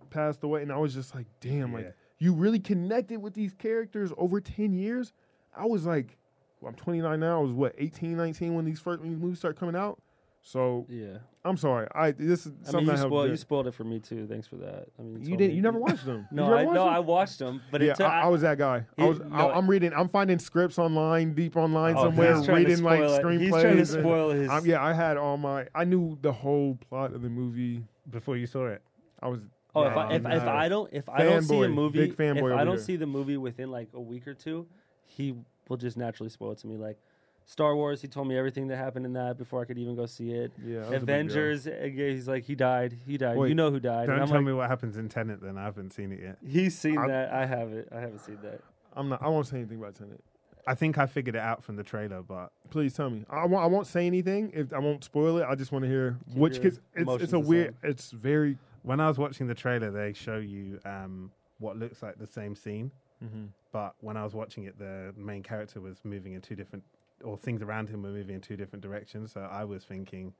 Speaker 3: passed away and I was just like damn like
Speaker 4: Yeah.
Speaker 3: you really connected with these characters over 10 years I was like well, I'm 29 now I was what 18 19 when these first when these movies start coming out so
Speaker 2: yeah.
Speaker 3: I'm sorry I this is
Speaker 2: I
Speaker 3: something
Speaker 2: mean, you
Speaker 3: I have
Speaker 2: spoiled,
Speaker 3: done.
Speaker 2: you spoiled it for me too. Thanks for that. I mean,
Speaker 3: you
Speaker 2: told
Speaker 3: didn't
Speaker 2: me-
Speaker 3: you never watched them Did you
Speaker 2: No,
Speaker 3: ever
Speaker 2: I,
Speaker 3: watch
Speaker 2: no,
Speaker 3: them?
Speaker 2: I watched them, but
Speaker 3: yeah,
Speaker 2: it took,
Speaker 3: I, I was that guy. I
Speaker 2: He-
Speaker 3: was.
Speaker 2: no,
Speaker 3: I, I'm reading. I'm finding scripts online, deep online
Speaker 2: Oh,
Speaker 3: somewhere,
Speaker 2: he's trying to
Speaker 3: reading like
Speaker 2: spoil it.
Speaker 3: screenplays.
Speaker 2: He's trying to
Speaker 3: and-
Speaker 2: spoil his.
Speaker 3: I'm- yeah, I had all my. I knew the whole plot of the movie.
Speaker 4: Before you saw it,
Speaker 3: I was.
Speaker 2: Oh, if, I,
Speaker 3: Nah,
Speaker 2: if, if
Speaker 3: nah.
Speaker 2: I don't if I don't see a
Speaker 3: Fanboy,
Speaker 2: movie,
Speaker 3: big
Speaker 2: if
Speaker 3: fanboy over
Speaker 2: I don't
Speaker 3: here.
Speaker 2: see the movie within like a week or two, he will just naturally spoil it to me. Like Star Wars, he told me everything that happened in that before I could even go see it.
Speaker 3: yeah, I was a big girl.
Speaker 2: Avengers, uh, yeah, he's like, he died, he died.
Speaker 3: Wait,
Speaker 2: you know who died? And
Speaker 4: don't
Speaker 2: I'm
Speaker 4: tell
Speaker 2: like,
Speaker 4: me what happens in Tenet. Then I haven't seen it yet.
Speaker 2: He's seen
Speaker 3: I'm-
Speaker 2: that. I haven't. I haven't seen that.
Speaker 3: I'm not. I won't say anything about Tenet.
Speaker 4: I think I figured it out from the trailer, but
Speaker 3: Please tell me. I won't. I won't say anything. If I won't spoil it, I just want to hear
Speaker 2: Keep
Speaker 3: which
Speaker 2: your
Speaker 3: gets. It's, it's a
Speaker 2: emotions
Speaker 3: weird. It's very.
Speaker 4: when I was watching the trailer, they show you um, what looks like the same scene,
Speaker 2: Mm-hmm.
Speaker 4: but when I was watching it, the main character was moving in two different, or things around him were moving in two different directions. So I was thinking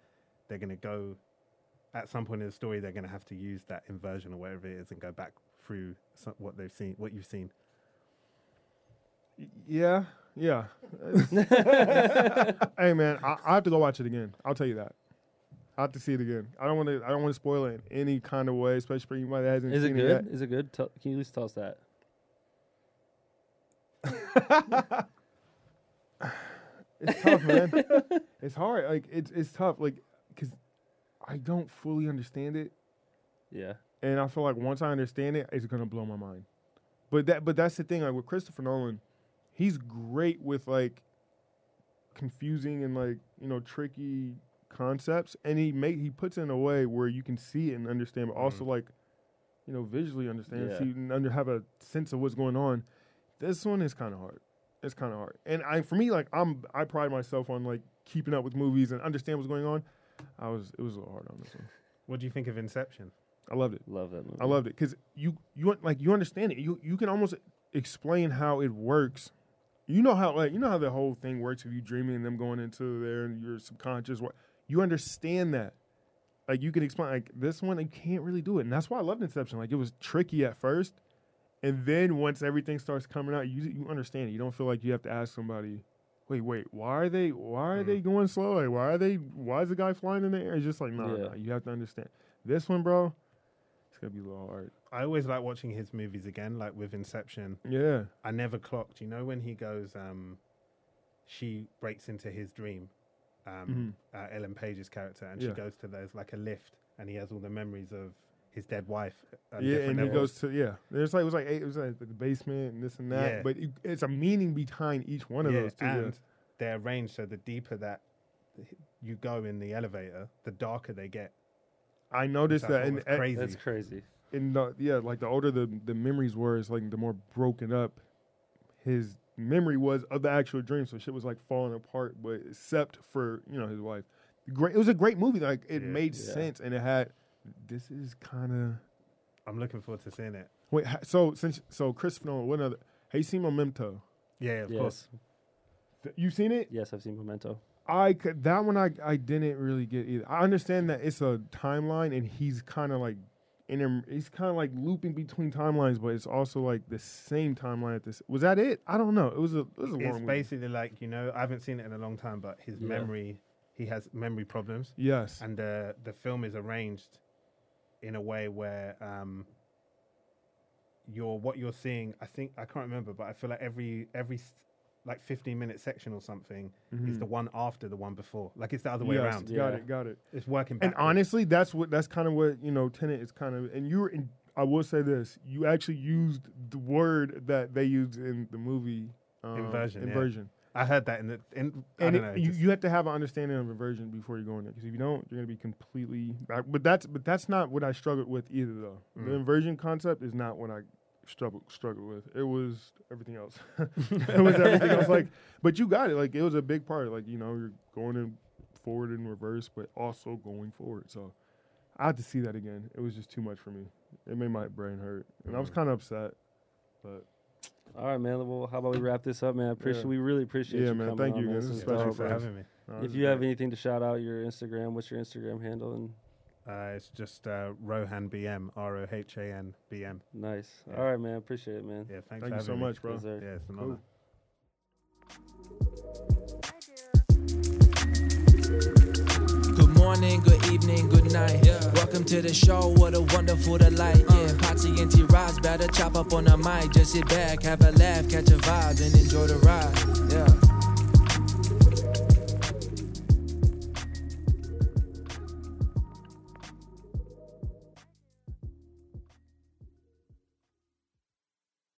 Speaker 4: they're going to go at some point in the story, they're going to have to use that inversion or whatever it is and go back through so- what they've seen, what you've seen.
Speaker 3: Yeah, yeah. hey man, I, I have to go watch it again. I'll tell you that. I have to see it again. I don't want to. I don't want to spoil it in any kind of way, especially for anybody that hasn't
Speaker 2: Is it
Speaker 3: seen it yet.
Speaker 2: good? Is it good? Tell, can you at least tell us that?
Speaker 3: It's tough, man. it's hard. Like it's it's tough. Like because I don't fully understand it,
Speaker 2: Yeah.
Speaker 3: and I feel like once I understand it, it's gonna blow my mind. But that but that's the thing. Like with Christopher Nolan, he's great with like confusing and like you know tricky concepts, and he make he puts it in a way where you can see it and understand, but also like you know visually understand,
Speaker 2: Yeah.
Speaker 3: see and under have a sense of what's going on. This one is kind of hard. It's kind of hard, and I for me like I'm I pride myself on like keeping up with movies and understand what's going on. I was it was a little hard on this one.
Speaker 4: What do you think of Inception?
Speaker 3: I loved it.
Speaker 2: Love that movie.
Speaker 3: I loved it because you you un- like you understand it. You you can almost explain how it works. You know how like you know how the whole thing works. If you dreaming and them going into there and your subconscious, what you understand that. Like you can explain like this one, you can't really do it, and that's why I loved Inception. Like it was tricky at first, and then once everything starts coming out, you you understand it. You don't feel like you have to ask somebody. Wait, wait. Why are they? Why are they going slow? Like, why are they? Why is the guy flying in the air? It's just like, no, nah,
Speaker 2: Yeah.
Speaker 3: nah, you have to understand. This one, bro, it's gonna be a little hard.
Speaker 4: I always like watching his movies again, like with Inception.
Speaker 3: Yeah.
Speaker 4: I never clocked, you know, when he goes, um, she breaks into his dream, um, uh, Ellen Page's character, and
Speaker 3: Mm-hmm. Yeah.
Speaker 4: she goes to there's like a lift, and he has all the memories of his dead wife. at
Speaker 3: yeah,
Speaker 4: different
Speaker 3: and he
Speaker 4: levels.
Speaker 3: goes to yeah. There's like it was like eight, it was like the basement and this and that,
Speaker 4: Yeah.
Speaker 3: but it, it's a meaning behind each one of
Speaker 4: Yeah,
Speaker 3: those. Too, yeah.
Speaker 4: and they're arranged so the deeper that you go in the elevator, the darker they get.
Speaker 3: I noticed
Speaker 4: That's
Speaker 3: that, and
Speaker 4: almost crazy.
Speaker 2: That's crazy.
Speaker 3: in the yeah, like the older the the memories were, it's like the more broken up his memory was of the actual dream. So shit was like falling apart, but except for you know his wife. Great, it was a great movie. Like it
Speaker 4: Yeah.
Speaker 3: made
Speaker 2: Yeah.
Speaker 3: sense, and it had. This is kind of
Speaker 4: I'm looking forward to seeing it.
Speaker 3: wait. ha- So since so Christopher Nolan, what other? Have you seen Memento?
Speaker 4: Yeah, of
Speaker 2: yes.
Speaker 4: course.
Speaker 3: You seen it?
Speaker 2: Yes, I've seen Memento.
Speaker 3: I could that one I I didn't really get either. I understand that it's a timeline and he's kind of like inter, he's kind of like looping between timelines, but it's also like the same timeline at this. Was that it? I don't know. It was a it was a long
Speaker 4: It's
Speaker 3: movie.
Speaker 4: basically like, you know, I haven't seen it in a long time, but his
Speaker 2: Yeah.
Speaker 4: memory, he has memory problems.
Speaker 3: Yes.
Speaker 4: and the the film is arranged in a way where um you're what you're seeing i think i can't remember but i feel like every every s- like 15 minute section or something is the one after the one before like it's the other way
Speaker 3: Mm-hmm. Yes,
Speaker 4: around
Speaker 3: Got
Speaker 2: Yeah.
Speaker 3: it. Got it.
Speaker 4: it's working
Speaker 3: And
Speaker 4: backwards.
Speaker 3: honestly, that's what that's kind of what you know. Tenet is kind of and you were. In, I will say this: you actually used the word that they used in the movie um,
Speaker 4: Inversion, yeah.
Speaker 3: Inversion.
Speaker 4: i heard that in the in
Speaker 3: and
Speaker 4: I
Speaker 3: it,
Speaker 4: don't know,
Speaker 3: you,
Speaker 4: just-
Speaker 3: you have to have an understanding of inversion before you go in there because if you don't you're going to be completely back but that's but that's not what i struggled with either though the inversion concept is not what i struggled struggled with it was everything else it was everything else like but you got it like it was a big part like you know you're going in forward and reverse but also going forward so i had to see that again it was just too much for me it made my brain hurt and i was kind of upset but
Speaker 2: All right, man. Well, how about we wrap this up, man? I appreciate.
Speaker 3: Yeah.
Speaker 2: We really appreciate
Speaker 3: Yeah,
Speaker 2: you
Speaker 3: man,
Speaker 2: coming
Speaker 3: thank
Speaker 2: on,
Speaker 3: you,
Speaker 2: man.
Speaker 3: guys.
Speaker 2: This
Speaker 3: This
Speaker 2: is
Speaker 3: is special
Speaker 2: dope,
Speaker 4: thanks for
Speaker 2: man.
Speaker 4: having me
Speaker 3: no, it was
Speaker 2: If you have
Speaker 3: great.
Speaker 2: anything to shout out, your Instagram. What's your Instagram handle? And
Speaker 4: uh, it's just uh, rohan bm r-o-h-a-n b-m
Speaker 2: nice.
Speaker 4: Yeah.
Speaker 2: All right, man. Appreciate it, man.
Speaker 4: yeah thanks
Speaker 3: thank
Speaker 4: for
Speaker 3: you so
Speaker 4: having me.
Speaker 3: much bro
Speaker 2: Yes, sir.
Speaker 4: yeah it's an
Speaker 3: Cool.
Speaker 4: honor
Speaker 1: Good morning, good evening, good night. Welcome to the show, what a wonderful delight. Yeah, Patsy and T Roz, better chop up on the mic. Just sit back, have a laugh, catch a vibe, and enjoy the ride.